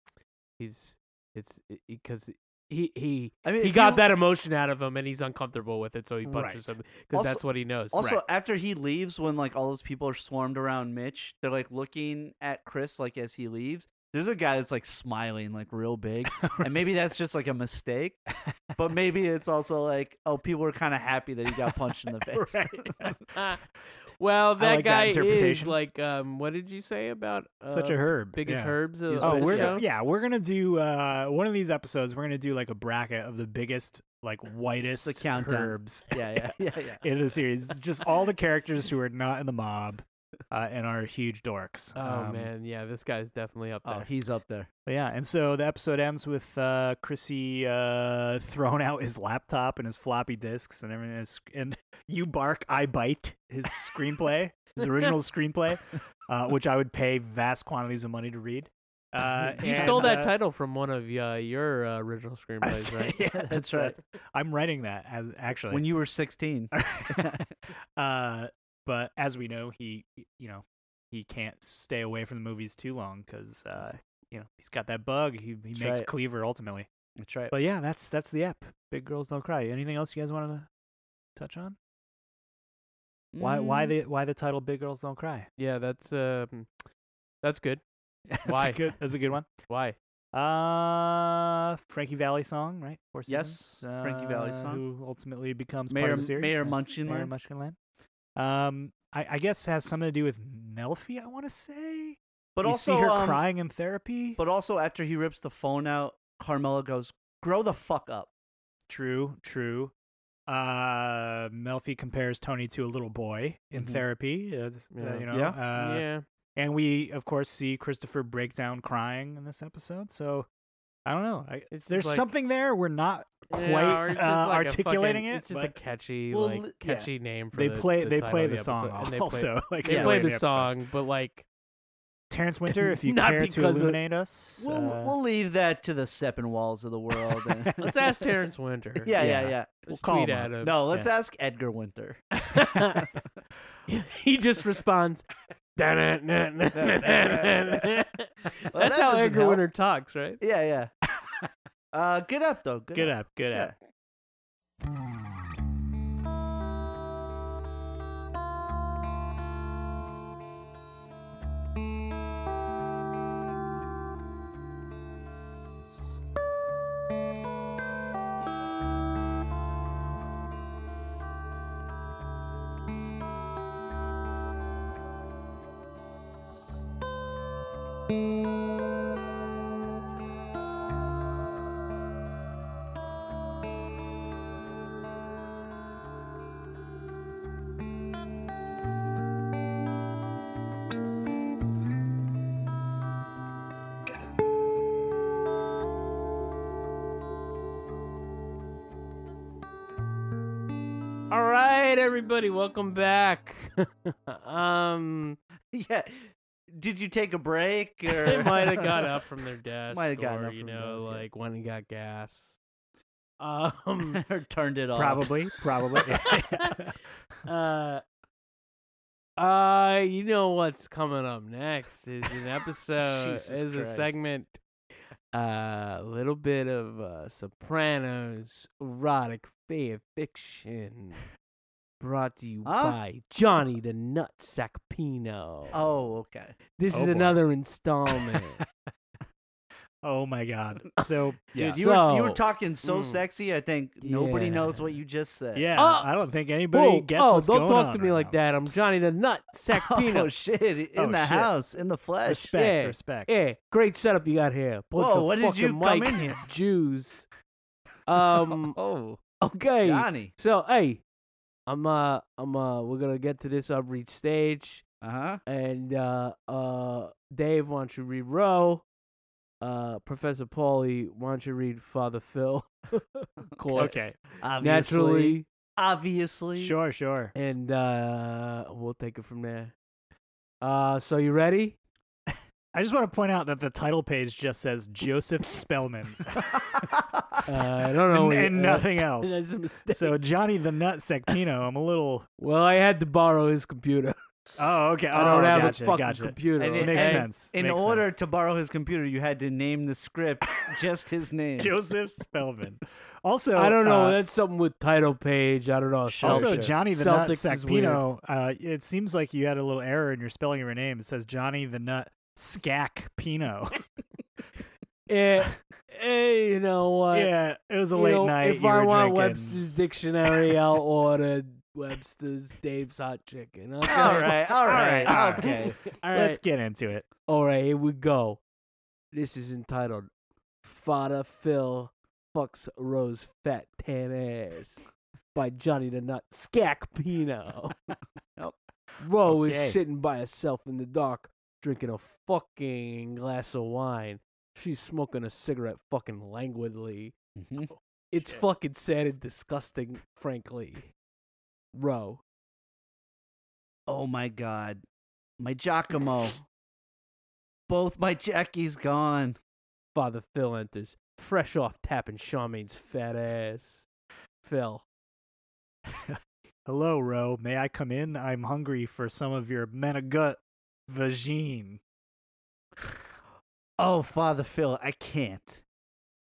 [SPEAKER 2] he's it's because he he
[SPEAKER 3] I mean,
[SPEAKER 2] he
[SPEAKER 3] if
[SPEAKER 2] got
[SPEAKER 3] you-
[SPEAKER 2] that emotion out of him, and he's uncomfortable with it, so he
[SPEAKER 1] Right.
[SPEAKER 2] punches him because
[SPEAKER 3] Also-
[SPEAKER 2] that's what he knows.
[SPEAKER 3] Also,
[SPEAKER 2] Right.
[SPEAKER 3] after he leaves, when like all those people are swarmed around Mitch, they're like looking at Chris like as he leaves. There's a guy that's like smiling like real big, and maybe that's just like a mistake, but maybe it's also like oh, people are kind of happy that he got punched in the face.
[SPEAKER 1] Right.
[SPEAKER 2] Ah. well, that
[SPEAKER 1] like that
[SPEAKER 2] guy is
[SPEAKER 1] interpretation.
[SPEAKER 2] like, um, what did you say about uh,
[SPEAKER 1] Such a herb.
[SPEAKER 2] biggest
[SPEAKER 1] yeah.
[SPEAKER 2] herbs? Of
[SPEAKER 3] He's
[SPEAKER 2] the
[SPEAKER 1] Oh, we're
[SPEAKER 2] show?
[SPEAKER 1] gonna, yeah, we're gonna do uh, one of these episodes. We're gonna do like a bracket of the biggest, like whitest
[SPEAKER 3] The countdown.
[SPEAKER 1] herbs
[SPEAKER 3] Yeah, yeah, yeah, yeah.
[SPEAKER 1] in the series. It's Just all the characters who are not in the mob uh, and are huge dorks.
[SPEAKER 2] Oh
[SPEAKER 1] Um,
[SPEAKER 2] man, yeah, this guy's definitely up
[SPEAKER 3] Oh,
[SPEAKER 2] there.
[SPEAKER 3] he's up there.
[SPEAKER 1] but yeah, and so the episode ends with uh, Chrissy uh, throwing out his laptop and his floppy disks and everything. His, and you bark, I bite. His screenplay, his original screenplay, uh, which I would pay vast quantities of money to read. Uh,
[SPEAKER 2] you
[SPEAKER 1] and,
[SPEAKER 2] stole that
[SPEAKER 1] uh,
[SPEAKER 2] title from one of uh, your uh, original screenplays, right?
[SPEAKER 1] yeah,
[SPEAKER 3] That's
[SPEAKER 1] that's
[SPEAKER 3] right.
[SPEAKER 1] right. I'm writing that as actually.
[SPEAKER 3] When you were 16,
[SPEAKER 1] uh, but as we know, he you know he can't stay away from the movies too long because uh, you know he's got that bug. He, he
[SPEAKER 3] That's
[SPEAKER 1] makes
[SPEAKER 3] right.
[SPEAKER 1] Cleaver ultimately.
[SPEAKER 3] that's right.
[SPEAKER 1] But yeah, that's that's the app. Big girls don't cry. Anything else you guys want to touch on? Why
[SPEAKER 3] Mm,
[SPEAKER 1] why the why the title Big Girls Don't Cry?
[SPEAKER 2] Yeah, that's um, that's good.
[SPEAKER 1] that's
[SPEAKER 2] Why?
[SPEAKER 1] a good that's a good one.
[SPEAKER 2] Why?
[SPEAKER 1] Uh, Frankie Valley song, right? Four Seasons,
[SPEAKER 3] Yes, Frankie Valley
[SPEAKER 1] uh,
[SPEAKER 3] song.
[SPEAKER 1] Who ultimately becomes part
[SPEAKER 3] Mayor
[SPEAKER 1] of the series?
[SPEAKER 3] Mayor
[SPEAKER 1] uh, Mayor
[SPEAKER 3] Munchinland.
[SPEAKER 1] Mushkinland. Um, I, I guess has something to do with Melfi. I want to say,
[SPEAKER 3] but
[SPEAKER 1] you
[SPEAKER 3] also
[SPEAKER 1] see her
[SPEAKER 3] um,
[SPEAKER 1] crying in therapy.
[SPEAKER 3] But also after he rips the phone out, Carmela goes, "Grow the fuck up."
[SPEAKER 1] true, true. Uh, Melfi compares Tony to a little boy in
[SPEAKER 3] Mhm.
[SPEAKER 1] therapy. Uh, this- uh,
[SPEAKER 2] Yeah.
[SPEAKER 1] you know,
[SPEAKER 3] Yeah.
[SPEAKER 1] Uh,
[SPEAKER 2] yeah,
[SPEAKER 1] and we of course see Christopher break down crying in this episode. So I don't know. I,
[SPEAKER 2] It's just
[SPEAKER 1] there's
[SPEAKER 2] like-
[SPEAKER 1] something there we're not quite
[SPEAKER 2] Yeah, or it's just
[SPEAKER 1] uh,
[SPEAKER 2] like a
[SPEAKER 1] articulating
[SPEAKER 2] fucking-
[SPEAKER 1] it.
[SPEAKER 2] It's just a
[SPEAKER 1] but-
[SPEAKER 2] catchy,
[SPEAKER 3] Well,
[SPEAKER 2] like
[SPEAKER 3] li- yeah.
[SPEAKER 2] catchy name for
[SPEAKER 1] they
[SPEAKER 2] the-
[SPEAKER 1] play
[SPEAKER 2] the
[SPEAKER 1] they
[SPEAKER 2] title
[SPEAKER 1] play
[SPEAKER 2] of
[SPEAKER 1] the,
[SPEAKER 2] the
[SPEAKER 1] song
[SPEAKER 2] episode, and they play-
[SPEAKER 1] also. like
[SPEAKER 2] They
[SPEAKER 1] early
[SPEAKER 2] play
[SPEAKER 1] in
[SPEAKER 2] the
[SPEAKER 1] episode.
[SPEAKER 2] song, but like
[SPEAKER 1] Terrence Winter, if you
[SPEAKER 2] Not
[SPEAKER 1] care to
[SPEAKER 2] because of-
[SPEAKER 1] illuminate us,
[SPEAKER 3] We'll
[SPEAKER 1] uh,
[SPEAKER 3] we'll leave that to the Seppenwalls of the world. and-
[SPEAKER 2] let's ask Terrence Winter.
[SPEAKER 3] yeah, yeah, yeah.
[SPEAKER 1] Yeah.
[SPEAKER 2] Let's
[SPEAKER 1] call
[SPEAKER 2] tweet
[SPEAKER 1] him
[SPEAKER 2] at
[SPEAKER 1] up.
[SPEAKER 2] him.
[SPEAKER 3] No, let's ask Edgar Winter.
[SPEAKER 2] he just responds. "Da-na, na, na, na, na, na." That's
[SPEAKER 3] that
[SPEAKER 2] how
[SPEAKER 3] doesn't
[SPEAKER 2] Edgar
[SPEAKER 3] help.
[SPEAKER 2] Winter talks, right?
[SPEAKER 3] Yeah, yeah. Uh, get up though. Get,
[SPEAKER 1] good app, good
[SPEAKER 3] Yeah.
[SPEAKER 1] app.
[SPEAKER 2] All right, everybody, welcome back. um,
[SPEAKER 3] Yeah. Did you take a break? Or...
[SPEAKER 2] they might have got up from their desk,
[SPEAKER 3] Might have gotten
[SPEAKER 2] or
[SPEAKER 3] up
[SPEAKER 2] you
[SPEAKER 3] from
[SPEAKER 2] know,
[SPEAKER 3] desk, yeah.
[SPEAKER 2] like went and got gas. Um,
[SPEAKER 3] or turned it off.
[SPEAKER 1] Probably, probably.
[SPEAKER 2] uh, uh, you know what's coming up next is an episode, is
[SPEAKER 3] Jesus
[SPEAKER 2] a
[SPEAKER 3] Christ.
[SPEAKER 2] segment, a little bit of uh, Sopranos erotic fan fiction, brought to you
[SPEAKER 3] Huh?
[SPEAKER 2] by Johnny the Nut Sacpino.
[SPEAKER 3] Oh, okay.
[SPEAKER 2] this
[SPEAKER 1] oh
[SPEAKER 2] is
[SPEAKER 1] boy.
[SPEAKER 2] another installment.
[SPEAKER 1] oh my god! So yeah,
[SPEAKER 3] Dude, you were you were
[SPEAKER 2] So-
[SPEAKER 3] talking so
[SPEAKER 2] Mm.
[SPEAKER 3] sexy. I think nobody knows
[SPEAKER 2] Yeah.
[SPEAKER 3] what you just said.
[SPEAKER 1] yeah.
[SPEAKER 2] Oh!
[SPEAKER 1] I don't think anybody
[SPEAKER 2] Whoa,
[SPEAKER 1] gets
[SPEAKER 2] oh,
[SPEAKER 1] what's
[SPEAKER 2] don't
[SPEAKER 1] going
[SPEAKER 2] talk
[SPEAKER 1] on
[SPEAKER 2] to me
[SPEAKER 1] right
[SPEAKER 2] like
[SPEAKER 1] now.
[SPEAKER 2] that. I'm Johnny the Nut
[SPEAKER 3] Oh
[SPEAKER 2] Sacpino.
[SPEAKER 3] shit! In
[SPEAKER 1] Oh,
[SPEAKER 3] the
[SPEAKER 1] shit.
[SPEAKER 3] house, in the flesh.
[SPEAKER 1] Respect,
[SPEAKER 2] Yeah.
[SPEAKER 1] respect.
[SPEAKER 2] Yeah, great setup you got here. Bunch
[SPEAKER 3] Whoa,
[SPEAKER 2] of
[SPEAKER 3] what did you
[SPEAKER 2] fucking
[SPEAKER 3] come
[SPEAKER 2] mics
[SPEAKER 3] in here?
[SPEAKER 2] and Jews. Um.
[SPEAKER 3] oh,
[SPEAKER 2] Okay.
[SPEAKER 3] Johnny.
[SPEAKER 2] So hey, I'm uh I'm uh we're gonna get to this outreach stage,
[SPEAKER 3] Uh huh.
[SPEAKER 2] and uh uh Dave, why don't you read Roe? Uh, Professor Paulie, why don't you read Father Phil? of course.
[SPEAKER 1] Okay,
[SPEAKER 3] Obviously.
[SPEAKER 2] Naturally,
[SPEAKER 3] Obviously.
[SPEAKER 1] sure, sure.
[SPEAKER 2] and uh we'll take it from there. Uh, so you ready?
[SPEAKER 1] I just want to point out that the title page just says Joseph Spellman
[SPEAKER 2] Uh, I don't know.
[SPEAKER 1] and,
[SPEAKER 2] what-
[SPEAKER 1] and
[SPEAKER 2] uh,
[SPEAKER 1] nothing else.
[SPEAKER 2] That's a mistake.
[SPEAKER 1] so Johnny the Nut Secpino, I'm a little
[SPEAKER 2] Well, I had to borrow his computer.
[SPEAKER 1] Oh, okay.
[SPEAKER 2] I don't
[SPEAKER 1] oh,
[SPEAKER 2] have
[SPEAKER 1] gotcha,
[SPEAKER 2] a fucking
[SPEAKER 1] gotcha.
[SPEAKER 2] computer.
[SPEAKER 3] And
[SPEAKER 1] It
[SPEAKER 3] it-
[SPEAKER 2] okay?
[SPEAKER 1] makes
[SPEAKER 3] and
[SPEAKER 1] sense.
[SPEAKER 3] In
[SPEAKER 1] Makes
[SPEAKER 3] order to borrow his computer, you had to name the script just his name.
[SPEAKER 1] Joseph Spellman. Also,
[SPEAKER 2] I don't know.
[SPEAKER 1] uh,
[SPEAKER 2] that's something with title page. I don't know.
[SPEAKER 1] also,
[SPEAKER 2] Celtic-
[SPEAKER 1] Johnny the Nut
[SPEAKER 2] Celtics is weird.
[SPEAKER 1] Sacpino. Uh, it seems like you had a little error in your spelling of your name. It says Johnny the Nut Scack Pino.
[SPEAKER 2] Eh, eh, you know what?
[SPEAKER 1] yeah, it was a
[SPEAKER 2] You
[SPEAKER 1] late
[SPEAKER 2] know,
[SPEAKER 1] night.
[SPEAKER 2] If
[SPEAKER 1] you
[SPEAKER 2] I
[SPEAKER 1] were
[SPEAKER 2] want
[SPEAKER 1] drinking.
[SPEAKER 2] Webster's dictionary, I'll order Webster's Dave's Hot Chicken. Okay?
[SPEAKER 3] All right, all right,
[SPEAKER 1] All right.
[SPEAKER 3] okay.
[SPEAKER 2] all
[SPEAKER 1] let's
[SPEAKER 2] right,
[SPEAKER 1] get into it.
[SPEAKER 2] all right. Here we go. This is entitled "Fada Phil Fucks Rose Fat Tan Ass" by Johnny the Nut Scacpino.
[SPEAKER 3] Yep.
[SPEAKER 2] Ro
[SPEAKER 1] Okay.
[SPEAKER 2] is sitting by herself in the dark, drinking a fucking glass of wine. She's smoking a cigarette, fucking languidly.
[SPEAKER 3] Mm-hmm.
[SPEAKER 2] It's
[SPEAKER 1] Shit.
[SPEAKER 2] fucking sad and disgusting, frankly. Ro.
[SPEAKER 3] Oh my god. My Giacomo. Both my Jackie's gone.
[SPEAKER 2] Father Phil enters, fresh off tapping Charmaine's fat ass. Phil.
[SPEAKER 1] Hello, Ro. May I come in? I'm hungry for some of your menagut vagine.
[SPEAKER 3] Oh, Father Phil, I can't.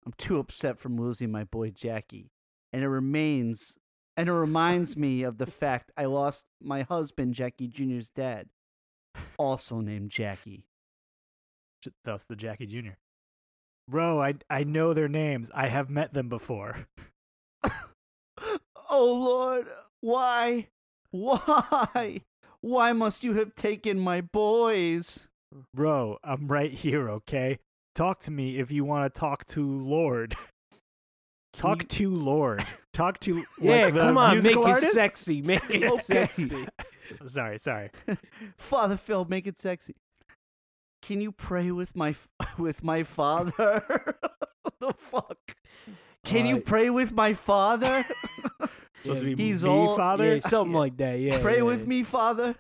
[SPEAKER 3] I'm too upset from losing my boy Jackie. And it remains and it reminds me of the fact I lost my husband, Jackie Jr.'s dad, also named Jackie.
[SPEAKER 1] J- Thus, the Jackie Jr. Ro, I I know their names. I have met them before.
[SPEAKER 3] Oh Lord, why? Why? Why must you have taken my boys?
[SPEAKER 1] Bro, I'm right here, okay? Talk to me if you want to talk to Lord. Talk
[SPEAKER 3] you-
[SPEAKER 1] to Lord. Talk to like
[SPEAKER 2] yeah,
[SPEAKER 1] the
[SPEAKER 2] come on, make
[SPEAKER 1] musical
[SPEAKER 2] it
[SPEAKER 1] artist?
[SPEAKER 2] sexy. Make it
[SPEAKER 3] Okay.
[SPEAKER 2] sexy.
[SPEAKER 1] Sorry, sorry.
[SPEAKER 3] Father Phil, make it sexy. Can you pray with my with my father? what the fuck? Can you
[SPEAKER 2] Uh,
[SPEAKER 3] pray with my father?
[SPEAKER 1] Supposed to be
[SPEAKER 3] He's
[SPEAKER 1] me,
[SPEAKER 3] all-
[SPEAKER 1] father.
[SPEAKER 2] Yeah, something like that, yeah.
[SPEAKER 3] pray
[SPEAKER 2] yeah,
[SPEAKER 3] with
[SPEAKER 2] yeah.
[SPEAKER 3] me, father.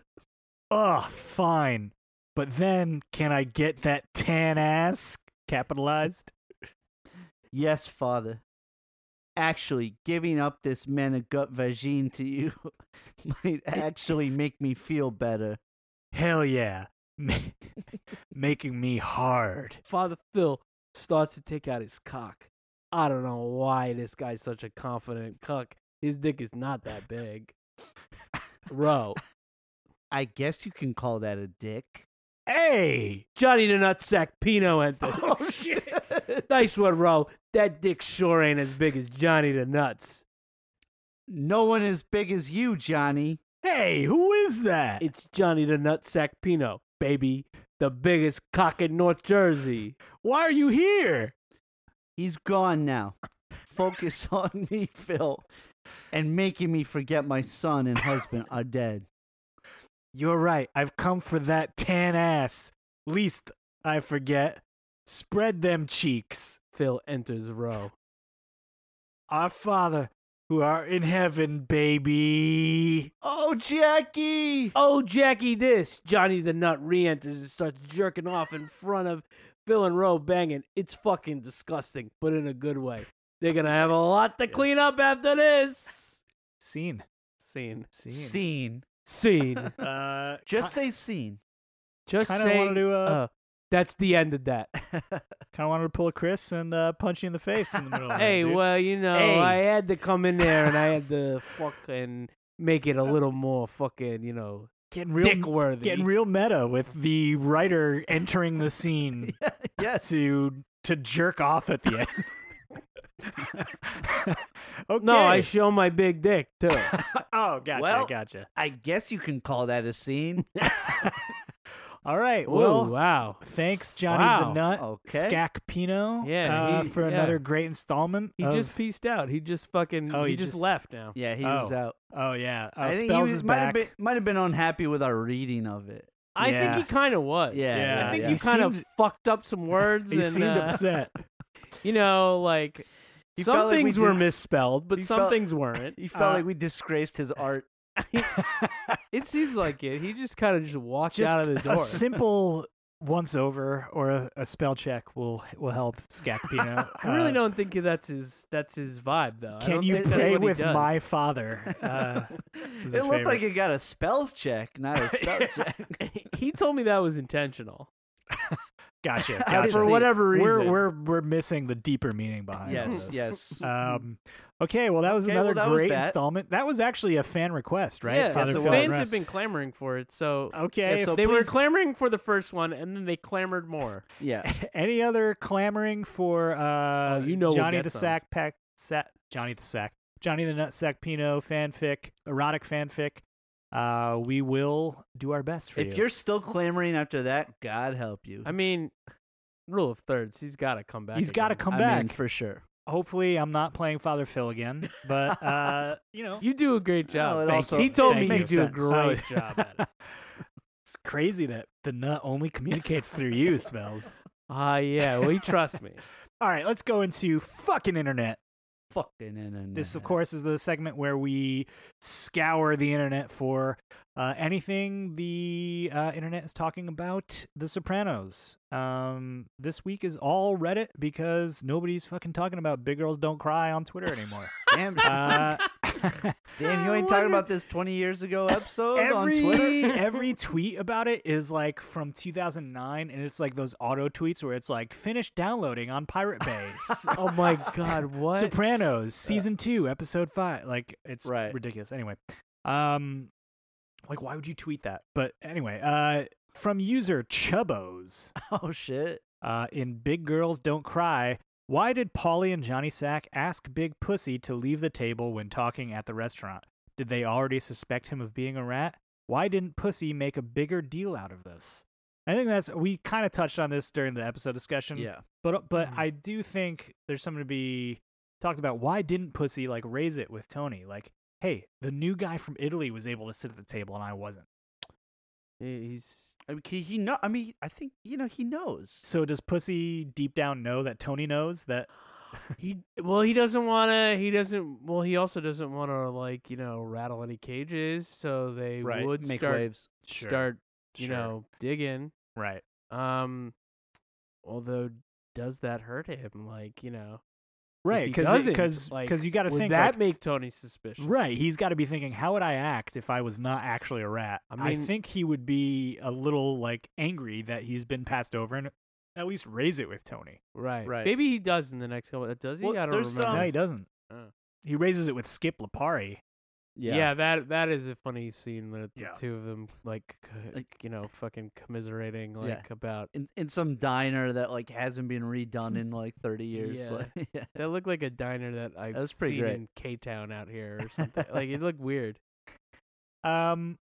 [SPEAKER 1] Ugh, fine. But then can I get that tan ass capitalized?
[SPEAKER 3] Yes, father. Actually, giving up this man of gut vagine to you might actually make me feel better.
[SPEAKER 1] Hell yeah. Ma- Making me hard.
[SPEAKER 2] Father Phil starts to take out his cock. I don't know why this guy's such a confident cuck. His dick is not that big. Ro.
[SPEAKER 3] I guess you can call that a dick.
[SPEAKER 1] Hey!
[SPEAKER 2] Johnny the Nutsack Pino enters.
[SPEAKER 3] Oh, shit.
[SPEAKER 2] Nice one, Ro. That dick sure ain't as big as Johnny the Nuts.
[SPEAKER 3] no one as big as you, Johnny.
[SPEAKER 1] Hey, who is that?
[SPEAKER 2] It's Johnny the Nutsack Pino, baby. The biggest cock in North Jersey.
[SPEAKER 1] Why are you here?
[SPEAKER 3] He's gone now. Focus on me, Phil, and making me forget my son and husband are dead.
[SPEAKER 1] You're right. I've come for that tan ass. Least I forget. Spread them cheeks.
[SPEAKER 2] Phil enters Ro.
[SPEAKER 1] Our Father, who art in heaven, baby.
[SPEAKER 3] Oh, Jackie!
[SPEAKER 2] Oh, Jackie, this. Johnny the Nut re enters and starts jerking off in front of Phil and Ro banging. It's fucking disgusting, but in a good way. They're going to have a lot to clean up after this.
[SPEAKER 1] Scene.
[SPEAKER 2] Scene.
[SPEAKER 1] Scene.
[SPEAKER 3] Scene.
[SPEAKER 2] Scene.
[SPEAKER 1] Uh,
[SPEAKER 3] Just say scene.
[SPEAKER 2] Just
[SPEAKER 1] Kinda
[SPEAKER 2] say.
[SPEAKER 1] wanna do, uh,
[SPEAKER 2] that's the end of that.
[SPEAKER 1] kind of wanted to pull a Chris and uh, punch you in the face in the middle. Of
[SPEAKER 2] Hey,
[SPEAKER 1] it, dude.
[SPEAKER 2] well, you know,
[SPEAKER 3] Hey.
[SPEAKER 2] I had to come in there and I had to fucking make it a little more fucking, you know,
[SPEAKER 1] getting Uh, real,
[SPEAKER 2] dick worthy.
[SPEAKER 1] getting real meta with the writer entering the scene
[SPEAKER 3] yes.
[SPEAKER 1] to to jerk off at the end. okay.
[SPEAKER 2] No, I show my big dick too.
[SPEAKER 1] oh, gotcha,
[SPEAKER 3] Well-
[SPEAKER 1] gotcha.
[SPEAKER 3] I guess you can call that a scene.
[SPEAKER 1] All right.
[SPEAKER 2] Whoa,
[SPEAKER 1] well,
[SPEAKER 2] wow.
[SPEAKER 1] Thanks, Johnny
[SPEAKER 2] Wow.
[SPEAKER 1] the Nut,
[SPEAKER 3] Okay.
[SPEAKER 1] Scac Pino,
[SPEAKER 2] Yeah,
[SPEAKER 1] uh,
[SPEAKER 2] he-
[SPEAKER 1] for
[SPEAKER 2] yeah.
[SPEAKER 1] another great installment.
[SPEAKER 2] He
[SPEAKER 1] of-
[SPEAKER 2] just peaced out. He just fucking.
[SPEAKER 1] Oh,
[SPEAKER 2] he,
[SPEAKER 1] he
[SPEAKER 2] just,
[SPEAKER 1] just-
[SPEAKER 2] left now.
[SPEAKER 3] Yeah, he was
[SPEAKER 1] Oh.
[SPEAKER 3] out.
[SPEAKER 1] oh yeah, uh,
[SPEAKER 3] I think he
[SPEAKER 1] Spells
[SPEAKER 3] was-
[SPEAKER 1] is
[SPEAKER 3] might have
[SPEAKER 1] back.
[SPEAKER 3] been might have been unhappy with our reading of it.
[SPEAKER 2] I think
[SPEAKER 1] Yes.
[SPEAKER 2] he kind of was.
[SPEAKER 3] Yeah,
[SPEAKER 1] Yeah,
[SPEAKER 2] I think
[SPEAKER 1] yeah.
[SPEAKER 2] you
[SPEAKER 1] He
[SPEAKER 2] kind of
[SPEAKER 1] seemed-
[SPEAKER 2] fucked up some words.
[SPEAKER 1] he
[SPEAKER 2] and,
[SPEAKER 1] seemed
[SPEAKER 2] uh,
[SPEAKER 1] upset.
[SPEAKER 2] You know, like
[SPEAKER 3] He felt
[SPEAKER 2] some
[SPEAKER 3] like we
[SPEAKER 2] things were
[SPEAKER 3] dis-
[SPEAKER 2] misspelled, but
[SPEAKER 3] he
[SPEAKER 2] some
[SPEAKER 3] felt-
[SPEAKER 2] things weren't.
[SPEAKER 3] He felt
[SPEAKER 1] Uh,
[SPEAKER 3] like we disgraced his art.
[SPEAKER 2] it seems like it. He just kind of just walked
[SPEAKER 1] just
[SPEAKER 2] out of the door.
[SPEAKER 1] a simple once over or a, a spell check will will help Scapino.
[SPEAKER 2] I really
[SPEAKER 1] Uh,
[SPEAKER 2] don't think that's his that's his vibe though. I
[SPEAKER 1] Can
[SPEAKER 2] don't
[SPEAKER 1] you
[SPEAKER 2] think that's
[SPEAKER 1] pray
[SPEAKER 2] what he
[SPEAKER 1] with
[SPEAKER 2] does.
[SPEAKER 1] my father? Uh, was a
[SPEAKER 3] it looked like
[SPEAKER 1] favorite.
[SPEAKER 3] it got a spells check, not a spell check.
[SPEAKER 2] he told me that was intentional.
[SPEAKER 1] gotcha.
[SPEAKER 3] How
[SPEAKER 1] gotcha.
[SPEAKER 3] did
[SPEAKER 2] For
[SPEAKER 3] see.
[SPEAKER 2] whatever reason.
[SPEAKER 1] we're we're we're missing the deeper meaning behind all
[SPEAKER 3] yes,
[SPEAKER 1] this.
[SPEAKER 3] yes.
[SPEAKER 1] Um, okay, well that was
[SPEAKER 3] Okay, well,
[SPEAKER 1] another
[SPEAKER 3] that was
[SPEAKER 1] great
[SPEAKER 3] that.
[SPEAKER 1] installment. That was actually a fan request, right?
[SPEAKER 2] Yeah,
[SPEAKER 1] Father
[SPEAKER 2] so
[SPEAKER 1] Phil
[SPEAKER 3] was.
[SPEAKER 2] fans
[SPEAKER 1] Ruff.
[SPEAKER 2] have been clamoring for it, so
[SPEAKER 1] Okay,
[SPEAKER 3] Yeah, so
[SPEAKER 2] they were
[SPEAKER 3] please-
[SPEAKER 2] clamoring for the first one, and then they clamored more.
[SPEAKER 3] yeah.
[SPEAKER 1] any other clamoring for uh,
[SPEAKER 2] Oh, you know we'll
[SPEAKER 1] Johnny
[SPEAKER 2] get
[SPEAKER 1] the
[SPEAKER 2] some.
[SPEAKER 1] Sack Pack Sa- Johnny the Sack Johnny the Nutsack Pino fanfic erotic fanfic? Uh, we will do our best for
[SPEAKER 3] If
[SPEAKER 1] you.
[SPEAKER 3] you're still clamoring after that, God help you.
[SPEAKER 2] I mean, rule of thirds, he's got to come back.
[SPEAKER 1] He's got to
[SPEAKER 2] again.
[SPEAKER 1] come
[SPEAKER 3] I'm
[SPEAKER 1] back.
[SPEAKER 3] in for sure.
[SPEAKER 1] Hopefully, I'm not playing Father Phil again, but uh, you know,
[SPEAKER 2] You do a great job.
[SPEAKER 3] it
[SPEAKER 2] Thank
[SPEAKER 3] also-
[SPEAKER 2] you. he told
[SPEAKER 1] thank
[SPEAKER 2] me you
[SPEAKER 1] you.
[SPEAKER 2] do a
[SPEAKER 3] Makes sense.
[SPEAKER 1] Oh,
[SPEAKER 2] great job at it.
[SPEAKER 1] it's crazy that the nut only communicates through you, smells.
[SPEAKER 2] Ah, yeah. Well, you trust me.
[SPEAKER 1] All right, let's go into fucking internet.
[SPEAKER 3] Fucking internet.
[SPEAKER 1] This, of course, is the segment where we scour the internet for uh, anything the uh, internet is talking about. The Sopranos. Um, this week is all Reddit because nobody's fucking talking about big girls don't cry on Twitter anymore.
[SPEAKER 3] Damn,
[SPEAKER 1] uh,
[SPEAKER 3] damn you ain't talking about this 20 years ago episode on
[SPEAKER 1] every
[SPEAKER 3] Twitter?
[SPEAKER 1] every tweet about it is like from 2009, and it's like those auto tweets where it's like finished downloading on Pirate Bay. S-
[SPEAKER 2] Oh my God, what?
[SPEAKER 1] Sopranos season two, episode five. Like it's
[SPEAKER 3] Right.
[SPEAKER 1] ridiculous. Anyway, um, like why would you tweet that? But anyway, uh, from user Chubos,
[SPEAKER 3] Oh, shit.
[SPEAKER 1] uh, in Big Girls Don't Cry. Why did Polly and Johnny Sack ask Big Pussy to leave the table when talking at the restaurant? Did they already suspect him of being a rat? Why didn't Pussy make a bigger deal out of this? I think that's we kind of touched on this during the episode discussion.
[SPEAKER 3] Yeah.
[SPEAKER 1] But but
[SPEAKER 2] Mhm.
[SPEAKER 1] I do think there's something to be talked about. Why didn't Pussy like raise it with Tony? Like, hey, the new guy from Italy was able to sit at the table and I wasn't.
[SPEAKER 2] He's
[SPEAKER 3] I mean, he, he know. I mean, I think you know he knows.
[SPEAKER 1] So does Pussy deep down know that Tony knows that?
[SPEAKER 2] he. Well, he doesn't want to. He doesn't. Well, he also doesn't want to like you know rattle any cages. So they would
[SPEAKER 3] make
[SPEAKER 2] start
[SPEAKER 3] waves.
[SPEAKER 2] start you
[SPEAKER 1] Sure.
[SPEAKER 2] know digging.
[SPEAKER 1] Right.
[SPEAKER 2] Um, although does that hurt him? Like you know, if
[SPEAKER 1] Right.
[SPEAKER 2] he
[SPEAKER 1] Because
[SPEAKER 2] doesn't,
[SPEAKER 1] because
[SPEAKER 2] like,
[SPEAKER 1] you got to
[SPEAKER 2] would
[SPEAKER 1] think
[SPEAKER 2] that
[SPEAKER 1] like,
[SPEAKER 2] make Tony suspicious?
[SPEAKER 1] right. He's got to be thinking, how would I act if I was not actually a rat?
[SPEAKER 2] I mean-
[SPEAKER 1] think he would be a little like angry that he's been passed over and at least raise it with Tony.
[SPEAKER 2] right,
[SPEAKER 3] Right.
[SPEAKER 2] Maybe he does in the next couple. Does he?
[SPEAKER 3] Well,
[SPEAKER 2] I don't
[SPEAKER 3] there's
[SPEAKER 2] remember.
[SPEAKER 3] some-
[SPEAKER 1] no, he doesn't.
[SPEAKER 2] Oh.
[SPEAKER 1] He raises it with Skip Lapari.
[SPEAKER 2] Yeah. that that is a funny scene. The, the
[SPEAKER 1] Yeah.
[SPEAKER 2] two of them like, c-
[SPEAKER 3] Like-
[SPEAKER 2] you know, fucking commiserating like
[SPEAKER 3] Yeah.
[SPEAKER 2] about.
[SPEAKER 3] In, in some diner that like hasn't been redone in like 30 years.
[SPEAKER 2] Yeah.
[SPEAKER 3] Like, yeah.
[SPEAKER 2] That looked like a diner that I've
[SPEAKER 3] was pretty
[SPEAKER 2] seen
[SPEAKER 3] great.
[SPEAKER 2] in K Town out here or something. like it looked weird.
[SPEAKER 1] Um,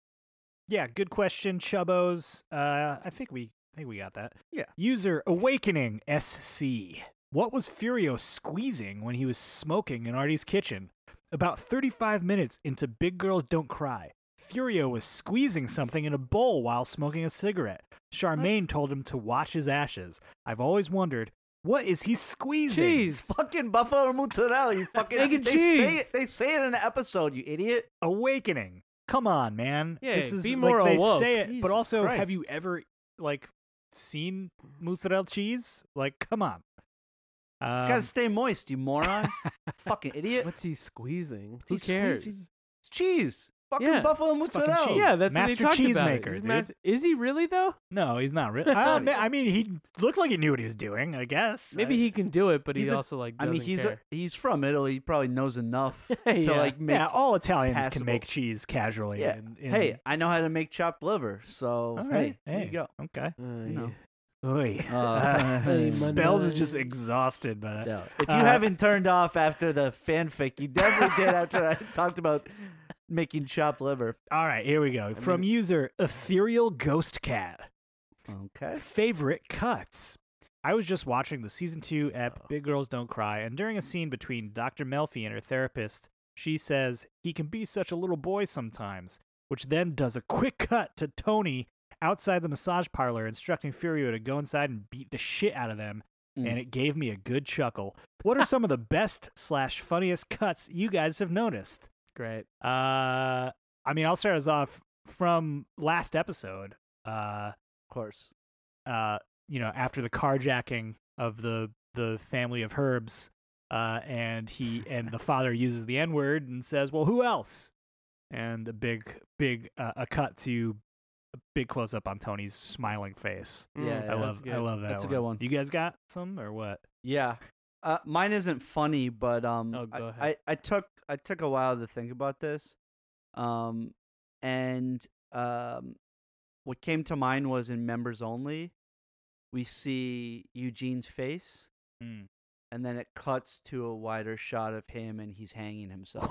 [SPEAKER 1] yeah, good question, Chubbos. Uh, I think we I think we got that.
[SPEAKER 3] Yeah.
[SPEAKER 1] User Awakening SC. What was Furio squeezing when he was smoking in Artie's kitchen? About 35 minutes into Big Girls Don't Cry, Furio was squeezing something in a bowl while smoking a cigarette. Charmaine told him to watch his ashes. I've always wondered, what is he squeezing?
[SPEAKER 2] Jeez.
[SPEAKER 3] Fucking buffalo mozzarella, you fucking.
[SPEAKER 2] Mac and
[SPEAKER 3] they say
[SPEAKER 2] cheese.
[SPEAKER 3] it. They say it in the episode, you idiot.
[SPEAKER 1] awakening. Come on, man.
[SPEAKER 2] Yeah,
[SPEAKER 1] this is,
[SPEAKER 2] be
[SPEAKER 1] like,
[SPEAKER 2] more
[SPEAKER 1] they
[SPEAKER 2] awoke.
[SPEAKER 1] say it, but
[SPEAKER 3] Jesus
[SPEAKER 1] also, have
[SPEAKER 3] Christ.
[SPEAKER 1] you ever like seen mozzarella cheese? Like, come on. Um,
[SPEAKER 3] It's gotta stay moist, you moron. fucking idiot.
[SPEAKER 2] What's he squeezing? Who
[SPEAKER 3] He's
[SPEAKER 2] cares?
[SPEAKER 3] squeezing It's cheese. Fucking
[SPEAKER 2] Yeah,
[SPEAKER 3] buffalo
[SPEAKER 1] it's fucking
[SPEAKER 3] mozzarella.
[SPEAKER 1] cheese.
[SPEAKER 2] Yeah, that's what they
[SPEAKER 1] Master
[SPEAKER 2] talked about it.
[SPEAKER 1] cheesemaker,
[SPEAKER 2] He's
[SPEAKER 1] dude.
[SPEAKER 2] mas- Is he really though?
[SPEAKER 1] no, he's not really. I, don't know. I mean, he looked like he knew what he was doing. I guess.
[SPEAKER 2] Maybe
[SPEAKER 1] I-
[SPEAKER 2] he can do it, but he
[SPEAKER 3] He's a-
[SPEAKER 2] also like.
[SPEAKER 3] I mean,
[SPEAKER 2] doesn't
[SPEAKER 3] he's a,
[SPEAKER 2] care.
[SPEAKER 3] he's from Italy. He probably knows enough to
[SPEAKER 2] Yeah.
[SPEAKER 3] like make.
[SPEAKER 1] yeah, all Italians can
[SPEAKER 3] passable.
[SPEAKER 1] make cheese casually.
[SPEAKER 3] Yeah.
[SPEAKER 1] in- in-
[SPEAKER 3] Hey, I know how to make chopped liver. So
[SPEAKER 1] all
[SPEAKER 3] hey,
[SPEAKER 1] right,
[SPEAKER 3] there you go.
[SPEAKER 1] Okay.
[SPEAKER 2] Uh,
[SPEAKER 3] know.
[SPEAKER 2] yeah.
[SPEAKER 1] Oy.
[SPEAKER 3] Uh,
[SPEAKER 1] Uh,
[SPEAKER 2] Hey,
[SPEAKER 1] Spells is
[SPEAKER 2] Monday.
[SPEAKER 1] just exhausted by that.
[SPEAKER 3] No. If you
[SPEAKER 1] Uh,
[SPEAKER 3] haven't turned off after the fanfic, you definitely did after I talked about making chopped liver.
[SPEAKER 1] All right, here we go. From user Ethereal Ghost Cat.
[SPEAKER 3] Okay.
[SPEAKER 1] favorite cuts. I was just watching the season two ep
[SPEAKER 2] Oh.
[SPEAKER 1] Big Girls Don't Cry, and during a scene between Dr. Melfi and her therapist, she says, He can be such a little boy sometimes, which then does a quick cut to Tony outside the massage parlor instructing Furio to go inside and beat the shit out of them,
[SPEAKER 3] Hmm. Mm.
[SPEAKER 1] and it gave me a good chuckle. What are some of the best slash funniest cuts you guys have noticed?
[SPEAKER 2] Great.
[SPEAKER 1] Uh, I mean, I'll start us off from last episode. Uh,
[SPEAKER 3] Of course.
[SPEAKER 1] uh, you know, after the carjacking of the the family of Herbs, uh, and he and the father uses the N word and says, "Well, who else?" And a big, big uh, a cut to a big close up on Tony's smiling face.
[SPEAKER 2] Mm,
[SPEAKER 3] Yeah, yeah,
[SPEAKER 1] I
[SPEAKER 2] that's
[SPEAKER 1] love, I
[SPEAKER 2] good.
[SPEAKER 1] love that.
[SPEAKER 3] That's a
[SPEAKER 1] one.
[SPEAKER 3] good one.
[SPEAKER 1] You guys got some or what?
[SPEAKER 3] Yeah. Uh, mine isn't funny, but um,
[SPEAKER 2] Oh,
[SPEAKER 3] I-
[SPEAKER 2] go
[SPEAKER 3] I,
[SPEAKER 2] ahead.
[SPEAKER 3] I took I took a while to think about this, um, and um, what came to mind was in members only, we see Eugene's face, Mm. and then it cuts to a wider shot of him, and he's hanging himself.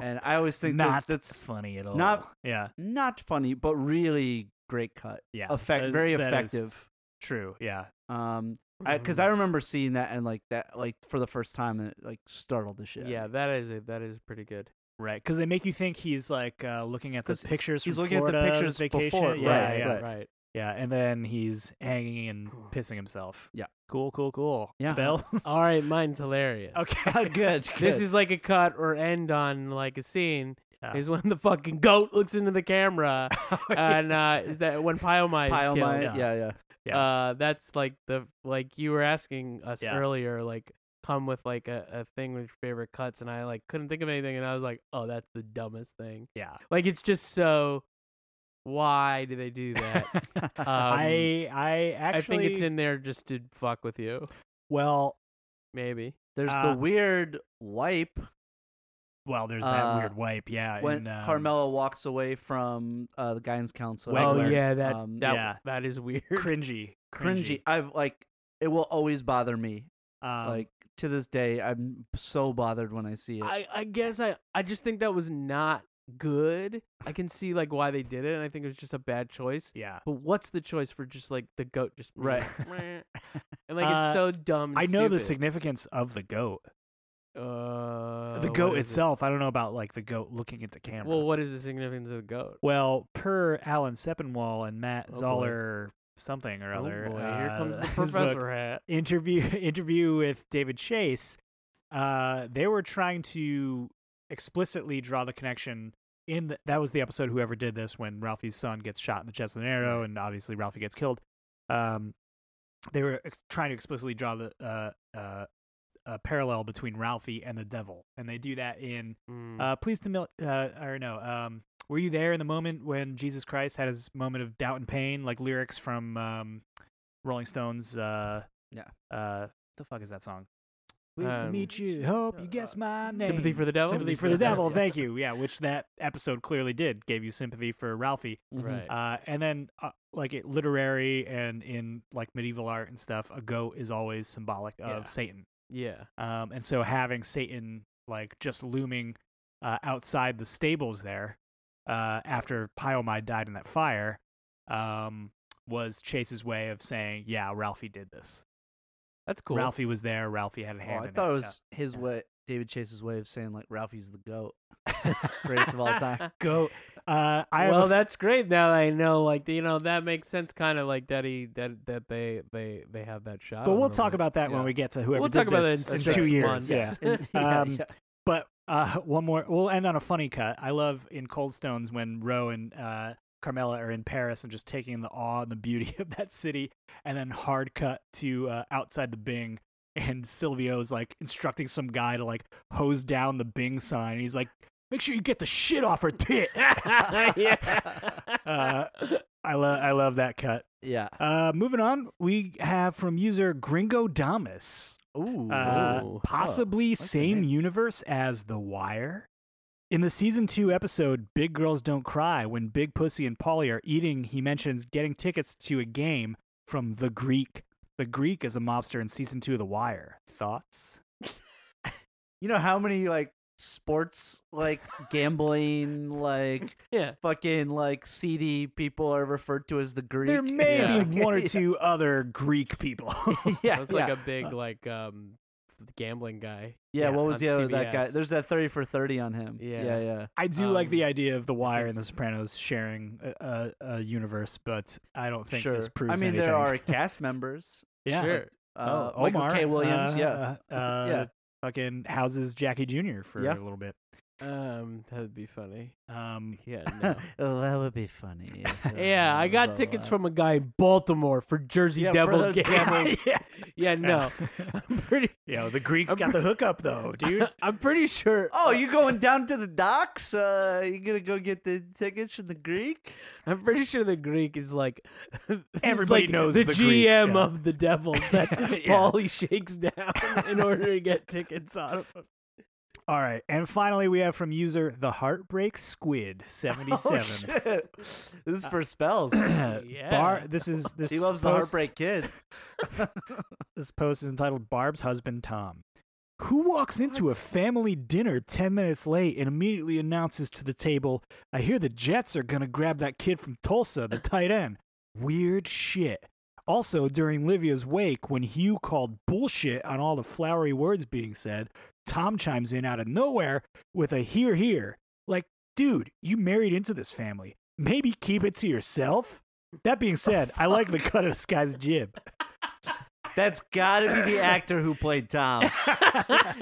[SPEAKER 3] and I always think that-
[SPEAKER 1] not
[SPEAKER 3] that's
[SPEAKER 1] funny at all.
[SPEAKER 3] not-
[SPEAKER 1] yeah,
[SPEAKER 3] not funny, but really great cut.
[SPEAKER 1] yeah.
[SPEAKER 3] Effect,
[SPEAKER 1] Uh,
[SPEAKER 3] very
[SPEAKER 1] that is
[SPEAKER 3] effective.
[SPEAKER 1] True. Yeah.
[SPEAKER 3] Um,
[SPEAKER 2] Mm.
[SPEAKER 3] because I, remember seeing that and like that, like for the first time, and it like startled the shit. out of me.
[SPEAKER 2] Yeah, that is it. That is pretty good.
[SPEAKER 1] Right, because they make you think he's like uh, looking at the
[SPEAKER 3] 'Cause
[SPEAKER 1] pictures.
[SPEAKER 3] he's
[SPEAKER 1] from
[SPEAKER 3] looking at the
[SPEAKER 1] Florida, his
[SPEAKER 3] pictures
[SPEAKER 1] vacation.
[SPEAKER 3] before,
[SPEAKER 1] yeah,
[SPEAKER 3] right,
[SPEAKER 1] yeah,
[SPEAKER 3] right.
[SPEAKER 1] yeah, and then he's hanging and pissing himself.
[SPEAKER 3] Yeah.
[SPEAKER 1] cool, cool, cool.
[SPEAKER 3] Yeah.
[SPEAKER 1] Spells.
[SPEAKER 2] All right, mine's hilarious.
[SPEAKER 1] okay,
[SPEAKER 3] good,
[SPEAKER 2] This
[SPEAKER 3] good.
[SPEAKER 2] is like a cut or end on like a scene.
[SPEAKER 1] Yeah.
[SPEAKER 2] Is when the fucking goat looks into the camera, and uh, is that when Pyomai is
[SPEAKER 3] Pile
[SPEAKER 2] killed?
[SPEAKER 3] mines, yeah, yeah.
[SPEAKER 1] Yeah.
[SPEAKER 2] Uh, that's like the like you were asking us
[SPEAKER 1] Yeah.
[SPEAKER 2] earlier, like come with like a, a thing with your favorite cuts, and I like couldn't think of anything, and I was like, oh, that's the dumbest thing.
[SPEAKER 1] yeah.
[SPEAKER 2] Like it's just so. Why do they do that? Um,
[SPEAKER 3] Uh,
[SPEAKER 1] I I
[SPEAKER 2] I
[SPEAKER 1] actually
[SPEAKER 2] think it's in there just to fuck with you,
[SPEAKER 1] well
[SPEAKER 2] maybe.
[SPEAKER 3] There's
[SPEAKER 1] Uh,
[SPEAKER 3] the weird wipe
[SPEAKER 1] well there's that
[SPEAKER 3] Uh,
[SPEAKER 1] weird wipe yeah
[SPEAKER 3] when
[SPEAKER 1] in, um,
[SPEAKER 3] Carmelo walks away from uh, the guidance counselor.
[SPEAKER 1] Wegler.
[SPEAKER 2] Oh yeah, that
[SPEAKER 3] Um,
[SPEAKER 2] that
[SPEAKER 1] yeah.
[SPEAKER 2] that is weird.
[SPEAKER 1] cringy
[SPEAKER 3] cringy. I've like it will always bother me.
[SPEAKER 1] Um,
[SPEAKER 3] like to this day, I'm so bothered when I see it.
[SPEAKER 2] I, I guess I, I just think that was not good. I can see like why they did it, and I think it was just a bad choice.
[SPEAKER 1] yeah
[SPEAKER 2] But what's the choice for just like the goat just being
[SPEAKER 3] Right.
[SPEAKER 2] like, "Meh," and like
[SPEAKER 1] Uh,
[SPEAKER 2] it's so dumb. and
[SPEAKER 1] I know the
[SPEAKER 2] stupid.
[SPEAKER 1] significance of the goat
[SPEAKER 2] uh,
[SPEAKER 1] the
[SPEAKER 2] what
[SPEAKER 1] goat
[SPEAKER 2] is it?
[SPEAKER 1] itself I don't know about like the goat looking into camera
[SPEAKER 2] Well, what is the significance of the goat?
[SPEAKER 1] Well, per Alan Sepinwall and Matt
[SPEAKER 2] Oh, boy.
[SPEAKER 1] Zoller something or
[SPEAKER 2] Oh,
[SPEAKER 1] other
[SPEAKER 2] boy, here comes
[SPEAKER 1] uh,
[SPEAKER 2] the
[SPEAKER 1] his book,
[SPEAKER 2] professor hat.
[SPEAKER 1] interview interview with David Chase, uh, they were trying to explicitly draw the connection. In the, that was the episode whoever did this when Ralphie's son gets shot in the chest with an arrow, and obviously Ralphie gets killed. Um, they were ex- trying to explicitly draw the uh, uh, a parallel between Ralphie and the devil, and they do that in
[SPEAKER 2] Mm.
[SPEAKER 1] uh, please to mil- uh, or no. Um, were you there in the moment when Jesus Christ had his moment of doubt and pain, like lyrics from um, Rolling Stones? Uh,
[SPEAKER 3] Yeah.
[SPEAKER 1] Uh, the fuck is that song? Pleased to
[SPEAKER 2] Um,
[SPEAKER 1] meet you. Hope you guess my name.
[SPEAKER 2] Sympathy for the Devil?
[SPEAKER 1] Sympathy for the devil. Thank you. Yeah, which that episode clearly did gave you sympathy for Ralphie.
[SPEAKER 3] Mhm.
[SPEAKER 2] right.
[SPEAKER 1] Uh, and then uh, like it literary and in like medieval art and stuff, a goat is always symbolic of
[SPEAKER 2] Yeah.
[SPEAKER 1] Satan.
[SPEAKER 2] yeah.
[SPEAKER 1] Um, and so having Satan like just looming uh, outside the stables there uh, after Pyomai died in that fire um, was Chase's way of saying, yeah, Ralphie did this.
[SPEAKER 2] That's cool.
[SPEAKER 1] Ralphie was there. Ralphie had a
[SPEAKER 3] Oh,
[SPEAKER 1] hand
[SPEAKER 3] I
[SPEAKER 1] in
[SPEAKER 3] thought
[SPEAKER 1] it.
[SPEAKER 3] it
[SPEAKER 1] Yeah.
[SPEAKER 3] was his way, David Chase's way of saying like Ralphie's the goat, greatest of all time.
[SPEAKER 1] Go. Uh, I have a
[SPEAKER 2] well,
[SPEAKER 1] f-
[SPEAKER 2] that's great. Now I know, like you know, that makes sense. Kind of like that he that that they they they have that shot.
[SPEAKER 1] But
[SPEAKER 2] on
[SPEAKER 1] we'll
[SPEAKER 2] them,
[SPEAKER 1] talk
[SPEAKER 2] like-
[SPEAKER 1] about that
[SPEAKER 2] yeah.
[SPEAKER 1] when we get to whoever
[SPEAKER 2] We'll
[SPEAKER 1] did
[SPEAKER 2] talk about it
[SPEAKER 1] this
[SPEAKER 2] in
[SPEAKER 3] six
[SPEAKER 1] two years.
[SPEAKER 2] months.
[SPEAKER 1] Yeah.
[SPEAKER 3] Yeah,
[SPEAKER 1] Um,
[SPEAKER 3] yeah.
[SPEAKER 1] But uh, one more. We'll end on a funny cut. I love in Cold Stones when Roe and uh, Carmela are in Paris and just taking in the awe and the beauty of that city, and then hard cut to uh, outside the Bing. And Silvio's like instructing some guy to like hose down the Bing sign. he's like, "Make sure you get the shit off her tit."
[SPEAKER 2] yeah.
[SPEAKER 1] Uh, I love, I love that cut.
[SPEAKER 3] yeah.
[SPEAKER 1] Uh, moving on, we have from user Gringo Damas.
[SPEAKER 3] Ooh,
[SPEAKER 1] Uh,
[SPEAKER 2] Ooh.
[SPEAKER 1] possibly
[SPEAKER 3] the
[SPEAKER 1] same
[SPEAKER 3] name.
[SPEAKER 1] universe as The Wire. In the season two episode Big Girls Don't Cry, when Big Pussy and Polly are eating, he mentions getting tickets to a game from The Greek. The Greek is a mobster in season two of The Wire. Thoughts?
[SPEAKER 3] you know how many like sports like gambling like
[SPEAKER 2] yeah.
[SPEAKER 3] fucking like seedy people are referred to as the Greek.
[SPEAKER 1] There may
[SPEAKER 2] Yeah.
[SPEAKER 1] be one or two other Greek people.
[SPEAKER 3] yeah,
[SPEAKER 2] That was
[SPEAKER 3] yeah.
[SPEAKER 2] like a big like um gambling guy.
[SPEAKER 3] yeah,
[SPEAKER 1] yeah,
[SPEAKER 3] What was
[SPEAKER 2] on
[SPEAKER 3] the other that guy?
[SPEAKER 2] CBS.
[SPEAKER 3] There's that thirty for thirty on him.
[SPEAKER 2] Yeah.
[SPEAKER 3] yeah, yeah.
[SPEAKER 1] I do like
[SPEAKER 2] Um,
[SPEAKER 1] the idea of The Wire
[SPEAKER 2] think
[SPEAKER 1] and The
[SPEAKER 2] s-
[SPEAKER 1] Sopranos sharing a, a, a universe, but I don't think
[SPEAKER 3] sure.
[SPEAKER 1] this proves
[SPEAKER 3] I mean,
[SPEAKER 1] anything.
[SPEAKER 3] there are cast members.
[SPEAKER 1] yeah.
[SPEAKER 2] Sure.
[SPEAKER 3] Uh,
[SPEAKER 1] oh, Omar
[SPEAKER 3] Michael K. Williams. yeah,
[SPEAKER 1] uh, uh,
[SPEAKER 3] Yeah.
[SPEAKER 1] Fucking houses Jackie Jr. for a
[SPEAKER 3] Yeah.
[SPEAKER 1] little bit.
[SPEAKER 2] Um, that'd be funny.
[SPEAKER 1] Um,
[SPEAKER 2] Yeah, no.
[SPEAKER 3] oh, that would be funny.
[SPEAKER 2] yeah, I got tickets from a guy in Baltimore for Jersey
[SPEAKER 3] Yeah, for
[SPEAKER 2] Devil
[SPEAKER 3] the
[SPEAKER 2] games.
[SPEAKER 3] Devils.
[SPEAKER 2] yeah, yeah, no, I'm pretty.
[SPEAKER 1] you know, the Greeks
[SPEAKER 2] I'm-
[SPEAKER 1] got the hookup though, dude.
[SPEAKER 2] I'm pretty sure. uh,
[SPEAKER 3] Oh, you going down to the docks? Uh, you gonna go get the tickets from the Greek?
[SPEAKER 2] I'm pretty sure the Greek is like he's
[SPEAKER 1] Everybody
[SPEAKER 2] like
[SPEAKER 1] knows
[SPEAKER 2] the,
[SPEAKER 1] the Greek,
[SPEAKER 2] GM
[SPEAKER 1] yeah.
[SPEAKER 2] of the devil that
[SPEAKER 1] Yeah.
[SPEAKER 2] Paulie shakes down in order to get tickets on. him.
[SPEAKER 1] All right, and finally we have from user the Heartbreak Squid seventy
[SPEAKER 3] Oh,
[SPEAKER 1] seven.
[SPEAKER 3] shit. This
[SPEAKER 2] Uh,
[SPEAKER 3] is for spells.
[SPEAKER 2] Yeah.
[SPEAKER 1] Bar. This is this.
[SPEAKER 3] he loves the
[SPEAKER 1] post-
[SPEAKER 3] Heartbreak Kid.
[SPEAKER 1] This post is entitled Barb's Husband Tom. Who walks into a family dinner 10 minutes late and immediately announces to the table, I hear the Jets are going to grab that kid from Tulsa, the tight end? Weird shit. Also, during Livia's wake, when Hugh called bullshit on all the flowery words being said, Tom chimes in out of nowhere with a hear, hear. Like, dude, you married into this family. Maybe keep it to yourself? That being said, I like the cut of this guy's jib.
[SPEAKER 3] That's gotta be the actor who played Tom,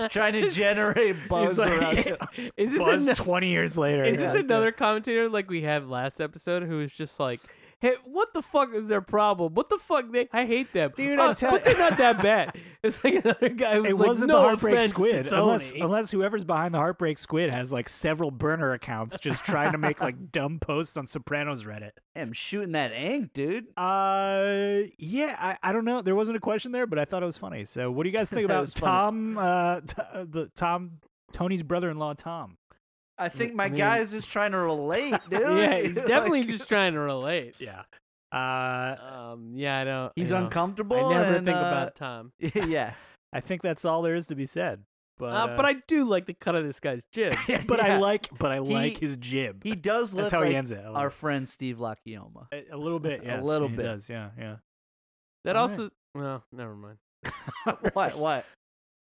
[SPEAKER 3] trying to generate buzz
[SPEAKER 1] He's like-
[SPEAKER 3] around.
[SPEAKER 1] Yeah.
[SPEAKER 2] is this
[SPEAKER 1] Buzz
[SPEAKER 2] ano-
[SPEAKER 1] 20 years later.
[SPEAKER 2] is this
[SPEAKER 1] Yeah.
[SPEAKER 2] another commentator like we had last episode who was just like, "Hey, what the fuck is their problem? What the fuck? They I hate them,
[SPEAKER 1] Dude,
[SPEAKER 2] Uh,
[SPEAKER 1] I'm tell-
[SPEAKER 2] but they're not that bad." It's like another guy who's
[SPEAKER 1] It
[SPEAKER 2] like,
[SPEAKER 1] wasn't
[SPEAKER 2] "No
[SPEAKER 1] the Heartbreak
[SPEAKER 2] offense to
[SPEAKER 1] Squid. Unless, uh,
[SPEAKER 2] Tony."
[SPEAKER 1] unless whoever's behind the Heartbreak Squid has like several burner accounts just trying to make like dumb posts on Sopranos Reddit.
[SPEAKER 3] I'm shooting that ink, dude.
[SPEAKER 1] Uh, yeah, I, I don't know. There wasn't a question there, but I thought it was funny. So, what do you guys think
[SPEAKER 3] That
[SPEAKER 1] about
[SPEAKER 3] was funny.
[SPEAKER 1] Tom, uh, t- uh, the Tom, Tony's brother in law, Tom?
[SPEAKER 3] I think my
[SPEAKER 2] I mean-
[SPEAKER 3] guy's just trying to relate, dude.
[SPEAKER 2] yeah, he's
[SPEAKER 3] Like,
[SPEAKER 2] definitely just trying to relate.
[SPEAKER 1] Yeah. Uh,
[SPEAKER 2] Um, yeah, I don't.
[SPEAKER 3] He's
[SPEAKER 2] you know,
[SPEAKER 3] uncomfortable.
[SPEAKER 2] I never
[SPEAKER 3] and,
[SPEAKER 2] think
[SPEAKER 3] uh,
[SPEAKER 2] about Tom.
[SPEAKER 3] yeah,
[SPEAKER 1] I think that's all there is to be said. But,
[SPEAKER 2] Uh, but I do like the cut of this guy's jib.
[SPEAKER 1] but I
[SPEAKER 3] Yeah.
[SPEAKER 1] like, but I like
[SPEAKER 3] He-
[SPEAKER 1] his jib.
[SPEAKER 3] he does look
[SPEAKER 1] that's how
[SPEAKER 3] like
[SPEAKER 1] he ends it. I love
[SPEAKER 3] our
[SPEAKER 1] it.
[SPEAKER 3] friend Steve Lakioma.
[SPEAKER 1] A- a little bit,
[SPEAKER 3] a
[SPEAKER 1] yes,
[SPEAKER 3] little
[SPEAKER 1] he
[SPEAKER 3] bit.
[SPEAKER 1] does, yeah, yeah.
[SPEAKER 2] That
[SPEAKER 1] All right.
[SPEAKER 2] also, well, never mind.
[SPEAKER 3] what? What?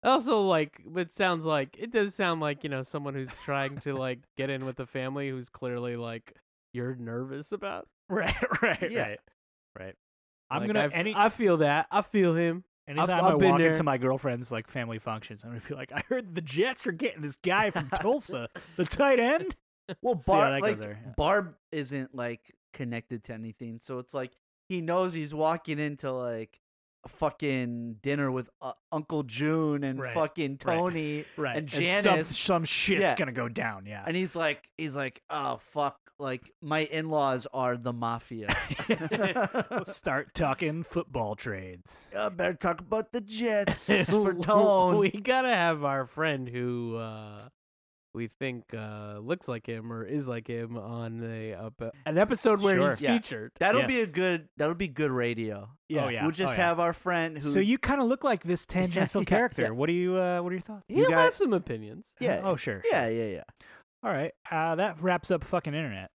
[SPEAKER 2] Also, like, it sounds like it does sound like you know someone who's trying to like get in with the family who's clearly like you're nervous about.
[SPEAKER 1] Right, right,
[SPEAKER 3] Yeah.
[SPEAKER 1] right, right. I'm
[SPEAKER 2] Like,
[SPEAKER 1] gonna
[SPEAKER 2] I've-
[SPEAKER 1] any
[SPEAKER 2] I feel that. I feel him.
[SPEAKER 1] anytime i
[SPEAKER 2] I've been
[SPEAKER 1] walk
[SPEAKER 2] there.
[SPEAKER 1] into my girlfriend's like family functions, I'm gonna be like, I heard the Jets are getting this guy from Tulsa, the tight end.
[SPEAKER 3] Well,
[SPEAKER 1] See how
[SPEAKER 3] Barb,
[SPEAKER 1] that goes
[SPEAKER 3] like
[SPEAKER 1] there, yeah.
[SPEAKER 3] Barb isn't like connected to anything, so it's like he knows he's walking into like a fucking dinner with uh, Uncle June and
[SPEAKER 1] Right,
[SPEAKER 3] fucking
[SPEAKER 1] right.
[SPEAKER 3] Tony,
[SPEAKER 1] Right,
[SPEAKER 3] And
[SPEAKER 1] some,
[SPEAKER 3] Janice-
[SPEAKER 1] some shit's
[SPEAKER 3] yeah.
[SPEAKER 1] gonna go down. Yeah,
[SPEAKER 3] and he's like, he's like, oh fuck, like my in-laws are the mafia.
[SPEAKER 1] let's start talking football trades.
[SPEAKER 3] I better talk about the Jets for
[SPEAKER 2] W-
[SPEAKER 3] Tone.
[SPEAKER 2] We gotta have our friend who uh, we think uh, looks like him or is like him on the up- uh, an episode where
[SPEAKER 1] Sure.
[SPEAKER 2] he's
[SPEAKER 3] Yeah.
[SPEAKER 2] featured.
[SPEAKER 3] That'll be a
[SPEAKER 1] Yes.
[SPEAKER 3] good. That'll be good radio.
[SPEAKER 1] Yeah. Oh, yeah.
[SPEAKER 3] We'll just
[SPEAKER 1] Oh, yeah.
[SPEAKER 3] have our friend who.
[SPEAKER 1] So you kind of look like this tangential
[SPEAKER 3] yeah,
[SPEAKER 1] character.
[SPEAKER 3] yeah.
[SPEAKER 1] What do you? Uh, what are your thoughts?
[SPEAKER 2] He'll
[SPEAKER 3] got-
[SPEAKER 2] have some opinions.
[SPEAKER 3] Yeah.
[SPEAKER 1] Oh sure. sure.
[SPEAKER 3] Yeah, yeah,
[SPEAKER 1] All right. Uh, that wraps up fucking internet.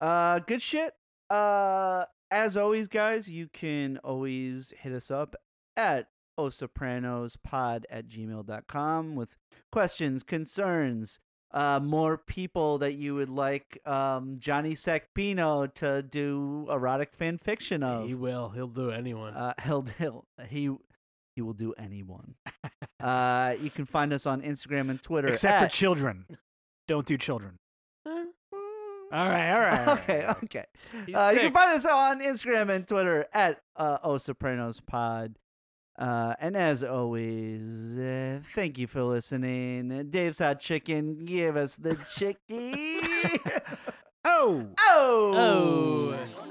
[SPEAKER 3] yeah. Uh, good shit. Uh, as always, guys, you can always hit us up at osopranospod at gmail.com with questions, concerns, uh, more people that you would like um, Johnny Sacpino to do erotic fan fiction of.
[SPEAKER 2] He will. He'll do anyone.
[SPEAKER 3] Uh, he'll, he'll he he will do anyone. uh, you can find us on Instagram and Twitter.
[SPEAKER 1] Except for
[SPEAKER 3] at-
[SPEAKER 1] children. Don't do children.
[SPEAKER 2] Eh,
[SPEAKER 1] All right. All right. all right, all
[SPEAKER 3] okay,
[SPEAKER 1] right.
[SPEAKER 3] okay.
[SPEAKER 2] he's
[SPEAKER 3] Uh, you
[SPEAKER 2] sick.
[SPEAKER 3] can find us on Instagram and Twitter at uh, O Sopranos Pod. Uh, and as always, uh, thank you for listening. Dave's Hot Chicken, give us the chicky.
[SPEAKER 1] Oh.
[SPEAKER 3] oh.
[SPEAKER 2] Oh.